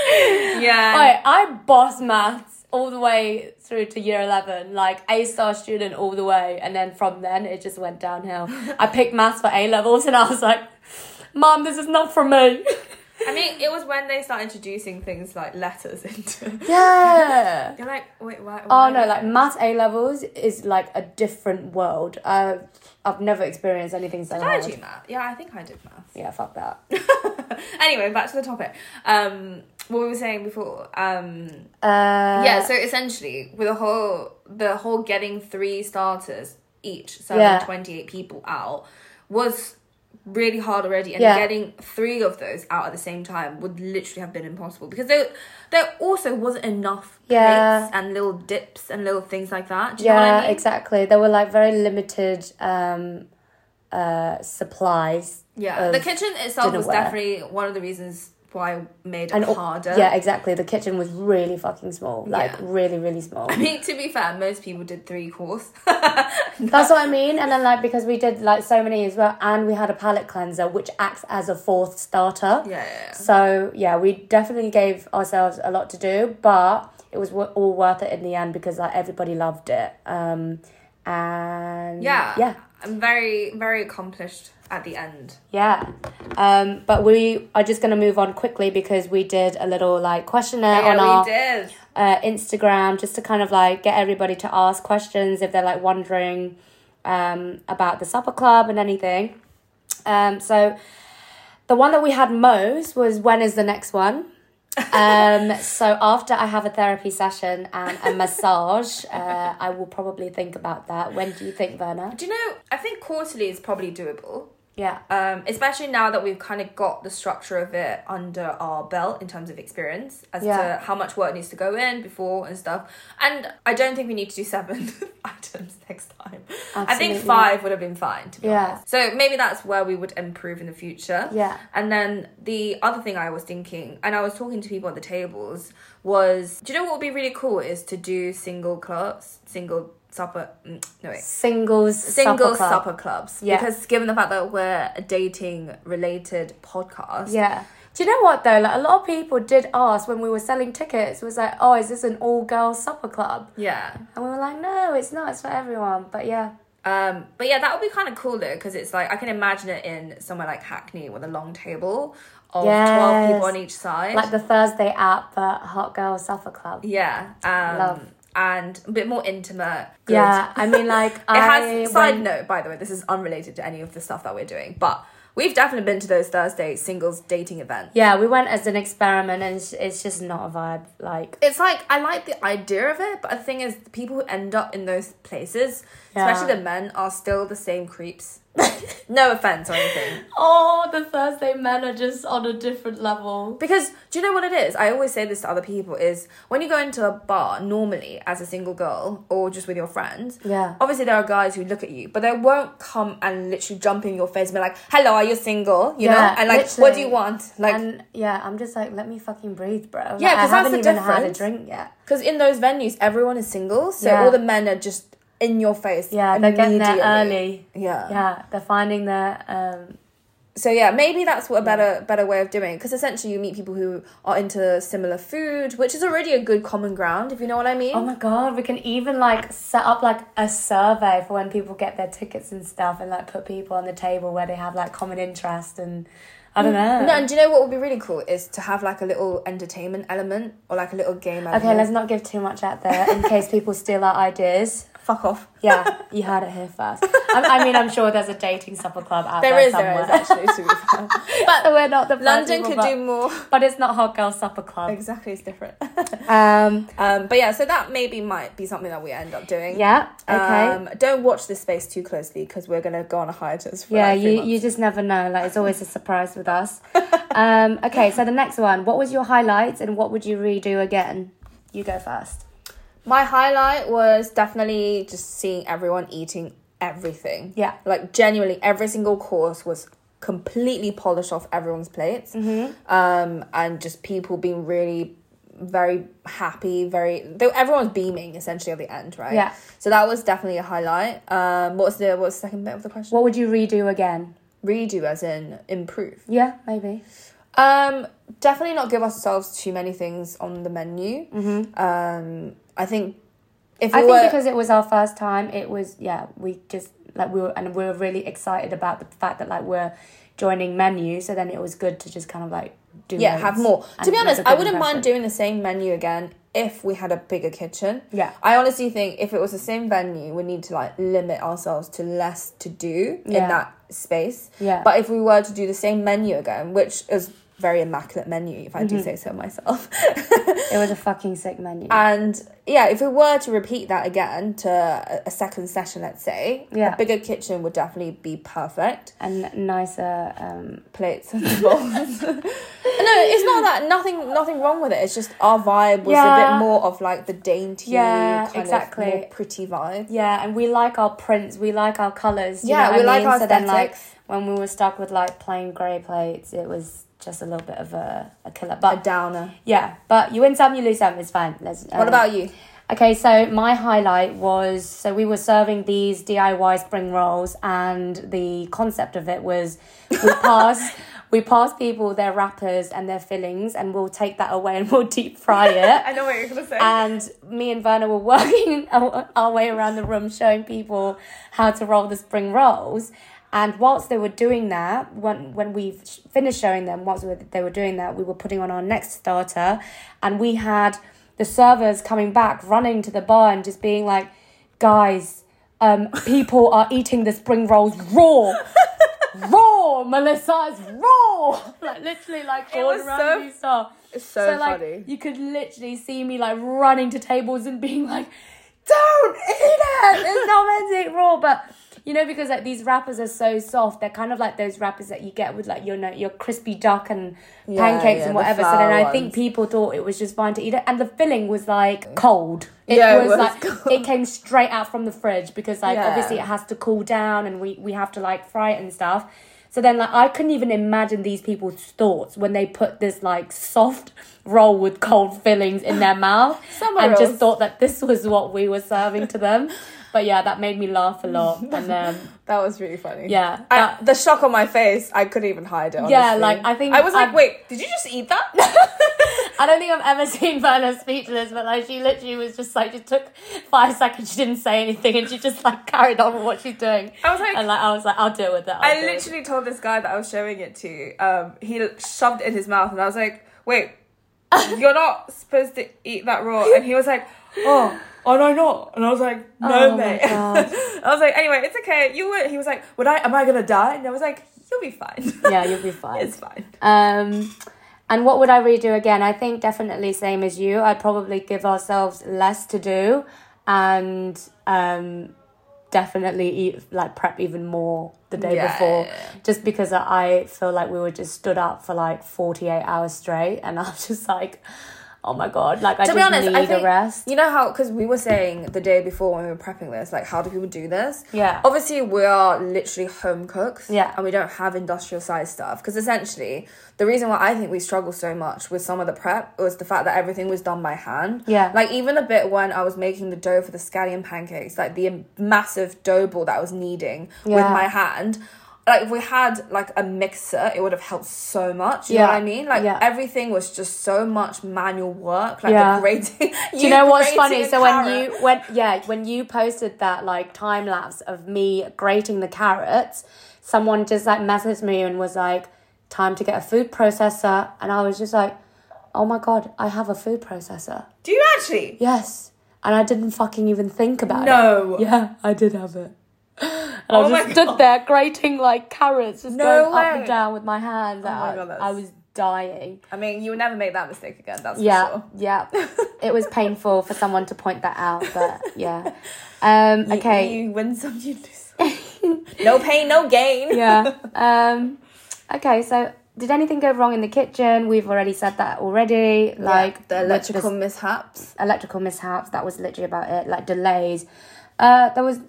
A: yeah.
B: I, I boss maths all the way through to year 11, like A star student all the way. And then from then, it just went downhill. I picked maths for A levels and I was like, Mom, this is not for me.
A: I mean, it was when they started introducing things like letters [laughs] into.
B: Yeah.
A: You're like, wait, why?
B: Oh
A: why-
B: no, like maths A levels is like a different world. Uh, I've never experienced anything so
A: Did I
B: hard.
A: do math? Yeah, I think I did math.
B: Yeah, fuck that.
A: anyway, back to the topic. Um, what we were saying before. Um,
B: Uh,
A: yeah. So essentially, with the whole the whole getting three starters each, so
B: Yeah.
A: 28 people out, was really hard already. And
B: Yeah.
A: getting three of those out at the same time would literally have been impossible because there, there also wasn't enough
B: Yeah.
A: plates and little dips and little things like that. Do you know
B: yeah,
A: what I mean?
B: exactly. There were like very limited um, uh, supplies.
A: Yeah,
B: of
A: the kitchen itself was
B: dinnerware.
A: definitely one of the reasons why I made it
B: uh, and al-
A: harder.
B: Yeah, exactly. The kitchen was really fucking small. Like
A: Yeah.
B: really, really small.
A: [laughs] I mean, to be fair, most people did three course. [laughs]
B: That's what I mean. And then like because we did like so many as well, and we had a palate cleanser which acts as a fourth starter.
A: Yeah, yeah, yeah.
B: So yeah, we definitely gave ourselves a lot to do, but it was wo- all worth it in the end because like everybody loved it. Um, and
A: yeah.
B: yeah,
A: I'm very, very accomplished at the end.
B: yeah. Um, but we are just gonna move on quickly because we did a little like questionnaire
A: yeah,
B: on
A: we
B: our
A: did.
B: uh, Instagram just to kind of like get everybody to ask questions if they're like wondering um, about the supper club and anything. Um, so the one that we had most was when is the next one?
A: [laughs]
B: um so after i have a therapy session and a massage uh, i will probably think about that when do you think verna
A: Do you know? I think quarterly is probably doable.
B: yeah
A: Um, especially now that we've kind of got the structure of it under our belt in terms of experience as
B: Yeah.
A: to how much work needs to go in before and stuff. And I don't think we need to do seven [laughs] items next time. I think
B: Absolutely.
A: five would have been fine, to be
B: Yeah.
A: honest. So maybe that's where we would improve in the future.
B: Yeah.
A: And then the other thing I was thinking, and I was talking to people at the tables, was do you know what would be really cool is to do single clubs, single supper, mm, no wait
B: singles
A: single
B: supper club.
A: supper clubs.
B: Yeah.
A: Because given the fact that we're a dating related podcast.
B: Yeah. Do you know what though? Like a lot of people did ask when we were selling tickets, was like, oh, is this an all girls supper club?
A: Yeah.
B: And we were like, no, it's not. It's for everyone. But yeah,
A: Um, but yeah, that would be kind of cool though, because it's like I can imagine it in somewhere like Hackney with a long table of twelve people
B: Yes.
A: on each side.
B: like the Thursday app, but hot girl supper club.
A: yeah. Um,
B: Love.
A: And a bit more intimate. Good.
B: Yeah, I mean, like
A: [laughs] It
B: I
A: has. Side
B: went-
A: note, by the way, this is unrelated to any of the stuff that we're doing, but we've definitely been to those Thursday singles dating events.
B: Yeah, we went as an experiment, and it's, it's just not a vibe. Like,
A: it's like I like the idea of it, but the thing is, the people who end up in those places,
B: Yeah.
A: especially the men, are still the same creeps. [laughs] no offense or
B: [laughs]
A: anything,
B: oh, the Thursday men are just on a different level.
A: because do you know what it is? I always say this to other people: is when you go into a bar normally as a single girl or just with your friends.
B: Yeah.
A: Obviously, there are guys who look at you, but they won't come and literally jump in your face and be like, "Hello, are you single?" You know,
B: Yeah,
A: and like, "What do
B: literally.
A: you want?" Like,
B: and yeah, I'm just like, let me fucking breathe, bro. Like,
A: Yeah, 'cause that's
B: I haven't
A: the
B: even had a
A: difference.
B: drink yet.
A: Because in those venues, everyone is single, so
B: Yeah.
A: all the men are just in your face.
B: Yeah, they're getting there
A: immediately. Yeah.
B: Yeah, they're finding their um,
A: So yeah, maybe that's what a better better way of doing. Because essentially, you meet people who are into similar food, which is already a good common ground, if you know what I mean.
B: Oh my god, we can even like set up like a survey for when people get their tickets and stuff and like put people on the table where they have like common interest and I don't know.
A: Mm, no, and do you know what would be really cool is to have like a little entertainment element or like a little game. Element.
B: Okay, let's not give too much out there in case people steal our ideas.
A: fuck off.
B: Yeah, you heard it here first. I, I mean, I'm sure there's a dating supper club out there,
A: [laughs] There is,
B: somewhere.
A: there is actually. To
B: [laughs]
A: be fair.
B: but we're not the party
A: London could
B: people,
A: do
B: [laughs]
A: more.
B: but, but it's not hot girl supper club.
A: Exactly, it's [laughs] different.
B: Um,
A: um, but yeah, so that maybe might be something that we end up doing.
B: yeah, okay.
A: Um, don't watch this space too closely because we're gonna go on a hiatus. For
B: yeah,
A: like three
B: you,
A: months.
B: you just never know. Like it's always a surprise with us.
A: [laughs]
B: Um, okay, so the next one. What was your highlights and what would you redo again? You go first.
A: My highlight was definitely just seeing everyone eating everything.
B: Yeah.
A: Like genuinely, every single course was completely polished off everyone's plates. Mm-hmm. Um, and just people being really very happy, very though everyone's beaming essentially at the end, right?
B: Yeah.
A: So that was definitely a highlight. Um, what's the what's the second bit of the question?
B: What would you redo again?
A: Redo as in improve.
B: Yeah, maybe.
A: Um, definitely not give ourselves too many things on the menu. Um, I think if
B: Mm-hmm. I
A: we
B: think
A: were,
B: because it was our first time, it was yeah. We just like we were and we were really excited about the fact that like we're joining menu. So then it was good to just kind of like do
A: yeah,
B: loads
A: have more. To
B: and
A: be
B: make
A: honest,
B: a
A: I
B: good
A: wouldn't mind
B: impression.
A: doing the same menu again if we had a bigger kitchen.
B: Yeah.
A: I honestly think if it was the same venue, we need to like limit ourselves to less to do
B: Yeah.
A: in that space.
B: Yeah.
A: But if we were to do the same menu again, which is very immaculate menu, if I
B: Mm-hmm.
A: do say so myself. [laughs]
B: It was a fucking sick menu.
A: And yeah, if we were to repeat that again to a- a second session, let's say,
B: Yeah.
A: a bigger kitchen would definitely be perfect.
B: and nicer um
A: Plates
B: [laughs]
A: and bowls. [laughs] no, it's not that nothing nothing wrong with it. It's just our vibe was a
B: Yeah.
A: bit more of like the dainty
B: Yeah,
A: kind
B: exactly.
A: of more pretty vibe.
B: yeah and we like our prints we like our colors
A: Yeah, we like our
B: so then like
A: aesthetics.
B: when we were stuck with like plain gray plates it was just a little bit of a, a killer but
A: A downer.
B: Yeah, but you win some, you lose some. It's fine. Let's, um,
A: What about you?
B: Okay, so my highlight was so we were serving these DIY spring rolls, and the concept of it was
A: [laughs]
B: we pass we pass people their wrappers and their fillings, and we'll take that away and we'll deep fry it.
C: I know what you're gonna say.
B: And me and Verna were [laughs] working our our way around the room, showing people how to roll the spring rolls. And whilst they were doing that, when when we finished showing them, whilst we were, they were doing that, we were putting on our next starter, and we had the servers coming back, running to the bar, and just being like, "Guys, [laughs] um, people are eating the spring rolls [laughs] raw." Raw, Melissa is raw. Like literally, like
C: It
B: all
C: was
B: around
C: so
B: you stuff
A: So,
B: like you could literally see me like running to tables and [laughs] being like, "Don't eat it! It's not meant to eat raw." But you know, because like these wrappers are so soft, they're kind of like those wrappers that you get with like your no- your crispy duck and pancakes
A: yeah,
B: and
A: the
B: whatever. So then
A: flour
B: I think
A: ones.
B: people thought it was just fine to eat it, and the filling was like cold. It
A: Yeah, it was
B: was, like
A: cold.
B: it came straight out from the fridge because like
A: Yeah.
B: obviously it has to cool down and we we have to like fry it and stuff. So then, like, I couldn't even imagine these people's thoughts when they put this like soft roll with cold fillings in
C: [laughs]
B: their mouth
A: Somewhere
B: and just
A: else.
B: thought that this was what we were serving to them. But yeah, that made me laugh
C: [laughs]
B: a lot. And um,
A: That was really funny.
B: yeah,
A: I-
B: that-
A: the shock on my face, I couldn't even hide it.
B: Yeah,
A: honestly.
B: like, I think
A: I was like,
B: I've-
A: wait, did you just eat
B: [laughs]
A: that?
B: I don't think I've ever [laughs] seen Verna speechless, but like she literally was just like, she took five seconds, she didn't say anything, and she just like carried on with what she's doing.
C: I was like-
B: and like I was like, I'll deal with it. I'll
C: I
B: deal with it."
C: literally told this guy that I was showing it to. Um, he l- shoved it in his mouth, and I was like,
B: [laughs]
C: "Wait, you're not supposed to eat that raw." And he was like, "Oh, am I not?" And I was like, "No,
B: Oh my
C: mate."
B: God.
C: [laughs] I was like, "Anyway, it's okay. You would." He was like, "Would I? Am I gonna die?" And I was like, "You'll be fine. [laughs]
B: yeah, you'll be fine.
C: it's fine."
B: Um, and what would I redo again? I think definitely same as you. I'd probably give ourselves less to do, and um, definitely eat like prep even more the day
A: Yeah,
B: before,
A: yeah,
B: just because I feel like we were just stood up for like forty eight hours straight, and [laughs] I was just like, oh my god, like I
A: to
B: just
A: be honest,
B: need
A: I think
B: a rest.
A: you know how because we were saying the day before when we were prepping this, like how do people do this?
B: Yeah.
A: obviously we are literally home cooks.
B: Yeah.
A: and we don't have industrial size stuff because essentially the reason why I think we struggled so much with some of the prep was the fact that everything was done by hand.
B: Yeah.
A: like even a bit when I was making the dough for the scallion pancakes, like the massive dough ball that I was kneading with
B: Yeah.
A: my hand. Like if we had like a mixer, it would have helped so much. You know
B: Yeah.
A: what I mean? Like
B: Yeah.
A: everything was just so much manual work. Like
B: Yeah.
A: the [laughs] grating.
B: Do you know what's funny? So when you when yeah, when you posted that like time lapse of me grating the carrots, someone just like messaged me and was like, "Time to get a food processor," and I was just like, "Oh my god, I have a food processor."
C: Do you actually?
B: Yes, and I didn't fucking even think about
C: No. Oh
B: it. Yeah, I did have it. And I
C: my
B: just stood there grating like carrots, just
A: No
B: going up
A: way.
B: and down with my hands.
C: Oh my
B: I-
C: God, that's-
B: I was dying.
A: I mean, you would never make that mistake again. That's
B: Yeah,
A: for sure. [laughs]
B: yeah. It was painful for someone to point that out, but
A: [laughs]
B: yeah. Um, okay.
A: You win some, you lose. some. no pain, no gain.
B: [laughs] yeah. Um, okay. So, did anything go wrong in the kitchen? We've already said that already. Like
A: Like the
B: with
A: electrical mishaps.
B: electrical mishaps. That was literally about it. Like delays. Uh, there was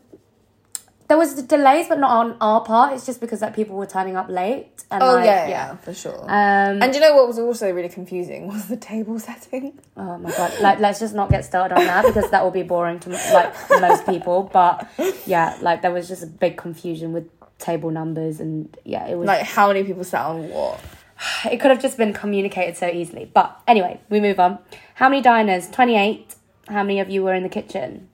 B: there was delays, but not on our part. It's just because like people were turning up late. And,
A: Oh
B: like,
A: yeah, yeah, for sure.
B: Um,
A: and do you know what was also really confusing was the table
B: [laughs]
A: setting.
B: Oh my god! Like, let's just not get started on that because that will be boring to like most people. But yeah, like there was just a big confusion with table numbers, and yeah, it was.
A: Like how many people sat on what?
B: it could have just been communicated so easily. But anyway, we move on. How many diners? Twenty-eight. How many of you were in the kitchen?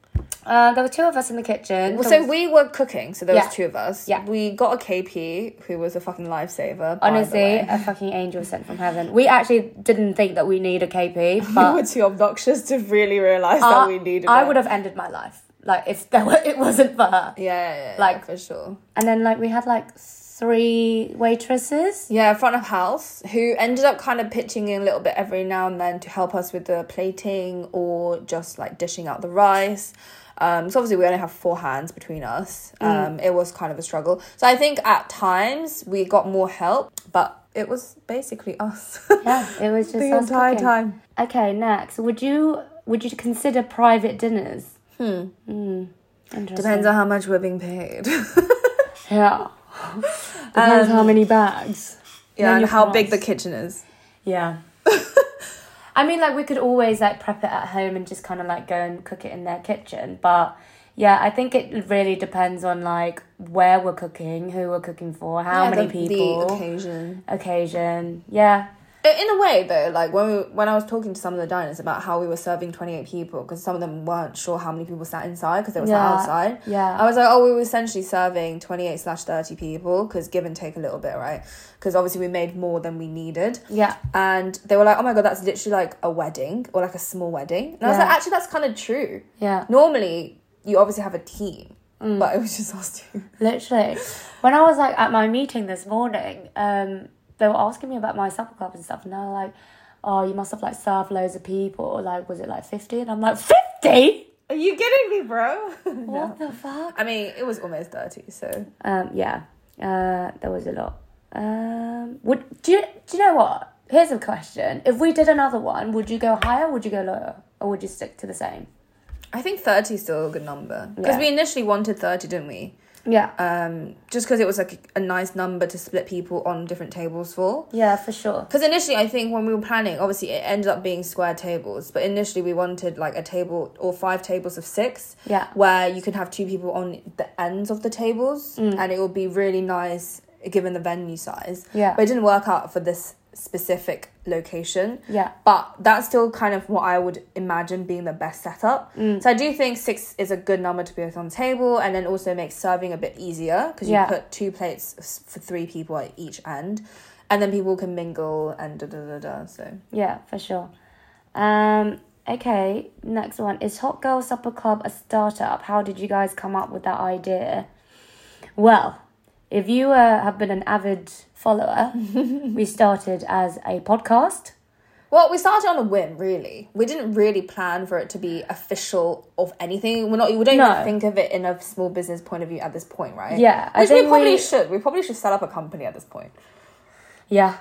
B: Uh, there were two of us in the kitchen.
A: Well, so
B: There was-
A: we were cooking, so there
B: Yeah.
A: was two of us.
B: Yeah.
A: We got a KP who was a fucking lifesaver. by the
B: honestly,
A: way.
B: a fucking angel sent from heaven. We actually didn't think that we need a [laughs] KP, but
A: we were too obnoxious to really realize that
B: I,
A: we needed.
B: I
A: it.
B: would have ended my life. Like if there were, it wasn't for her.
A: Yeah, yeah, yeah,
B: Like-
A: for sure.
B: And then like we had like three waitresses.
A: Yeah, front of house, who ended up kind of pitching in a little bit every now and then to help us with the plating or just like dishing out the rice. Um, so obviously we only have four hands between us. Um, It was kind of a struggle. So I think at times we got more help, but it was basically us
B: Yeah,
A: [laughs]
B: it was just
A: the
B: us
A: entire
B: cooking.
A: time.
B: Okay, next, would you would you consider private dinners? Hmm. Interesting.
A: Depends on how much we're being paid.
B: [laughs]
A: [laughs]
B: Yeah. Depends
A: Um,
B: how many bags.
A: yeah,
B: Menu
A: and how big the
B: price.
A: kitchen is.
B: Yeah. [laughs] I mean, like we could always like prep it at home and just kind of like go and cook it in their kitchen, but yeah, I think it really depends on like where we're cooking, who we're cooking for, how
A: Yeah,
B: many
A: the-
B: people,
A: The occasion.
B: occasion. Yeah,
A: I- Uh, In a way, though, like when we, when I was talking to some of the diners about how we were serving twenty eight people, because some of them weren't sure how many people sat inside because they were
B: Yeah,
A: sat outside.
B: yeah.
A: I was like, oh, we were essentially serving twenty eight slash thirty people, because give and take a little bit, right? Because obviously we made more than we needed.
B: yeah,
A: And they were like, oh my god, that's literally like a wedding or like a small wedding. And I was
B: Yeah.
A: like, actually, that's kind of true.
B: yeah.
A: Normally, you obviously have a team,
B: Mm.
A: but it was just us two.
B: Literally. When I was like at my meeting this morning, um, they were asking me about my supper club and stuff, and they were like, "Oh, you must have like served loads of people. Or, like, was it like 50? And I'm like, 50?
A: Are you kidding me, bro?
B: What the fuck?"
A: I mean, it was almost thirty, so
B: Um, yeah, uh, there was a lot. Um, would do you do you know what? Here's a question: If we did another one, would you go higher? Would you go lower? Or would you stick to the same?
A: I think 30 is still a good number. Because
B: Yeah.
A: we initially wanted 30, didn't we?
B: Yeah,
A: Um, just because it was like a nice number to split people on different tables for.
B: yeah, for sure.
A: Because initially, I think when we were planning, obviously it ended up being square tables, but initially we wanted like a table or five tables of six.
B: Yeah.
A: Where you could have two people on the ends of the tables
B: Mm.
A: and it would be really nice given the venue size.
B: Yeah.
A: But it didn't work out for this specific location.
B: Yeah.
A: But that's still kind of what I would imagine being the best setup.
B: Mm.
A: So I do think six is a good number to be on the table and then also makes serving a bit easier because
B: Yeah.
A: you put two plates s- for three people at each end and then people can mingle and da da da da. So
B: Yeah, for sure. Um, okay, next one. Is Hot Girl Supper Club a startup? How did you guys come up with that idea? Well, if you uh, have been an avid follower, we started as a podcast.
A: well, we started on a whim really. We didn't really plan for it to be official of anything. We're not. We don't
B: No.
A: even think of it in a small business point of view at this point, right?
B: Yeah, I
A: Which we
B: think
A: probably
B: we-
A: should. We probably should set up a company at this point.
B: Yeah.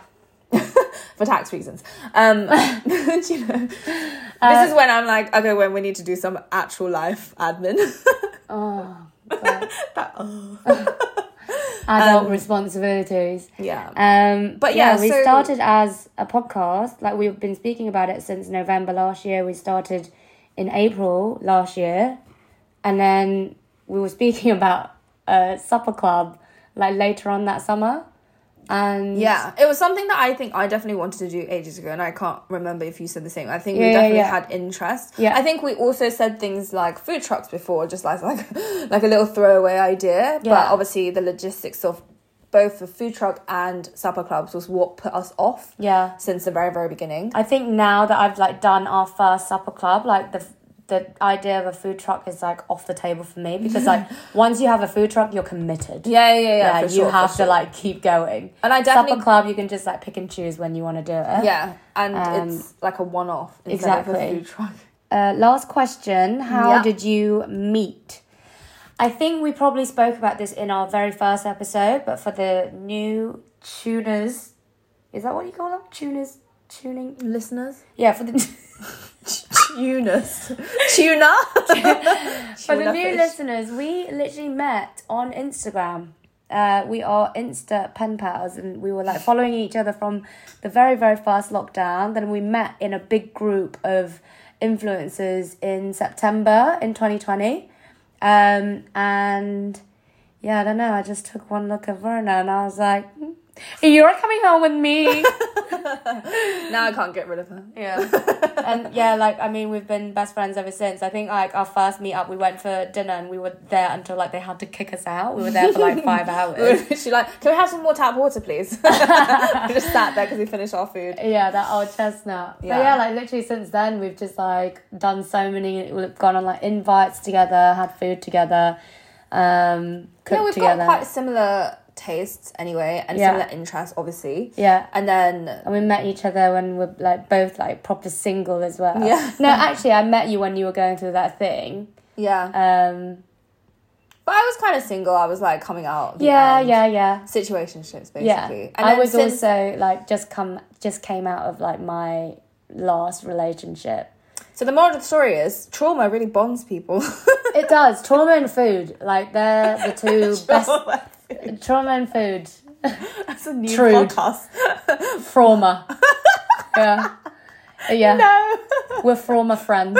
A: for tax reasons. Um, [laughs] do you know, this is when I'm like, okay, when we need to do some actual life admin. [laughs]
B: Oh, God. Adult responsibilities.
A: yeah.
B: Um,
A: But
B: but
A: yeah,
B: yeah, we
A: so-
B: started as a podcast. Like we've been speaking about it since November last year. We started in April last year, and then we were [laughs] speaking about a supper club like later on that summer. And
A: yeah, it was something that I think I definitely wanted to do ages ago, and I can't remember if you said the same. I think we
B: Yeah, yeah,
A: definitely
B: yeah.
A: had interest.
B: Yeah.
A: I think we also said things like food trucks before, just like [laughs] like, like a little throwaway idea. But
B: Yeah.
A: obviously, the logistics of both the food truck and supper clubs was what put us off.
B: yeah,
A: Since the very very beginning.
B: I think now that I've like done our first supper club, like the the idea of a food truck is like off the table for me because
A: [laughs]
B: like once you have a food truck, you're committed.
A: Yeah, yeah, yeah.
B: yeah,
A: for
B: you
A: sure, for
B: have to
A: sure.
B: like keep going.
A: And I definitely
B: supper club, you can just like pick and choose when you want to do it.
A: Yeah, and
B: Um,
A: it's like a one-off instead of a
B: exactly.
A: food truck.
B: Uh, last question: How
A: Yeah.
B: did you meet? I think we probably spoke about this in our very first episode, but for the new tuners, is that what you call them? Tuners, tuning.
A: Listeners,
B: Yeah, for the
A: tuners, [laughs]
B: [laughs]
A: tuna.
B: for the
A: Tuna
B: new
A: fish.
B: listeners, we literally met on Instagram. Uh, we are Insta pen pals, and we were like following each other from the very, very first lockdown. Then we met in a big group of influencers in September in 2020. Um, and yeah, I don't know, I just took one look at Verna and I was like, "Hmm, You're coming home with [laughs] me.
A: now I can't get rid of her. [laughs]
B: Yeah. [laughs] and yeah, like I mean, we've been best friends ever since. I think like our first meet up, we went for dinner and we were there until like they had to kick us out. We were there for like [laughs] five hours.
A: She like, can we have some more tap water, please? [laughs] we just sat there because we finished our food.
B: Yeah, that old chestnut.
A: Yeah.
B: But yeah, like literally since then, we've just like done so many. We've gone on like invites together, had food together, um, cooked
A: Yeah, we've got
B: together.
A: quite similar tastes anyway and
B: Yeah.
A: similar interests, obviously.
B: Yeah.
A: And then
B: And we met each other when we're like both like proper single as well.
A: Yeah.
B: No, actually, I met you when you were going through that thing.
A: yeah,
B: Um.
A: but I was kind of single. I was like coming out. the
B: Yeah,
A: end.
B: yeah, yeah.
A: Situationships basically.
B: Yeah.
A: And
B: I
A: then
B: was
A: since-
B: also like just come just came out of like my last relationship.
A: So the moral of the story is trauma really bonds people. [laughs]
B: It does trauma and food like they're the two [laughs] best
A: Trauma.
B: trauma and food
A: That's a new
B: True.
A: podcast.
B: trauma. [laughs] yeah. Uh, Yeah.
A: No.
B: [laughs] We're trauma friends.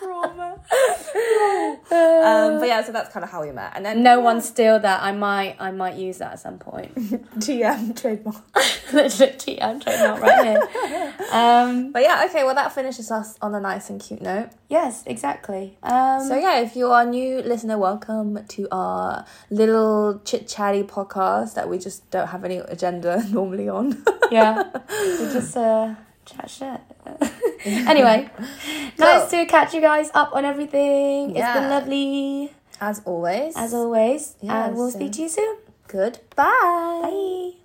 A: Trauma. um, but yeah, so that's kind of how we met. And then
B: No one steal that. I might I might use that at some point. [laughs]
A: GM [laughs] trademark.
B: Literally, I'm trademark right here. [laughs] Um,
A: But yeah, okay, well that finishes us on a nice and cute note.
B: yes, exactly. Um,
A: So yeah, if you are a new listener, welcome to our little chit chatty podcast that we just don't have any agenda [laughs] normally on.
B: yeah, we just uh, chat shit. [laughs]
A: [laughs]
B: anyway, nice to catch you guys up on everything. It's
A: Yeah.
B: been lovely
A: As always.
B: as always,
A: Yeah,
B: and we'll
A: so-
B: speak to you soon.
A: Goodbye.
B: Bye.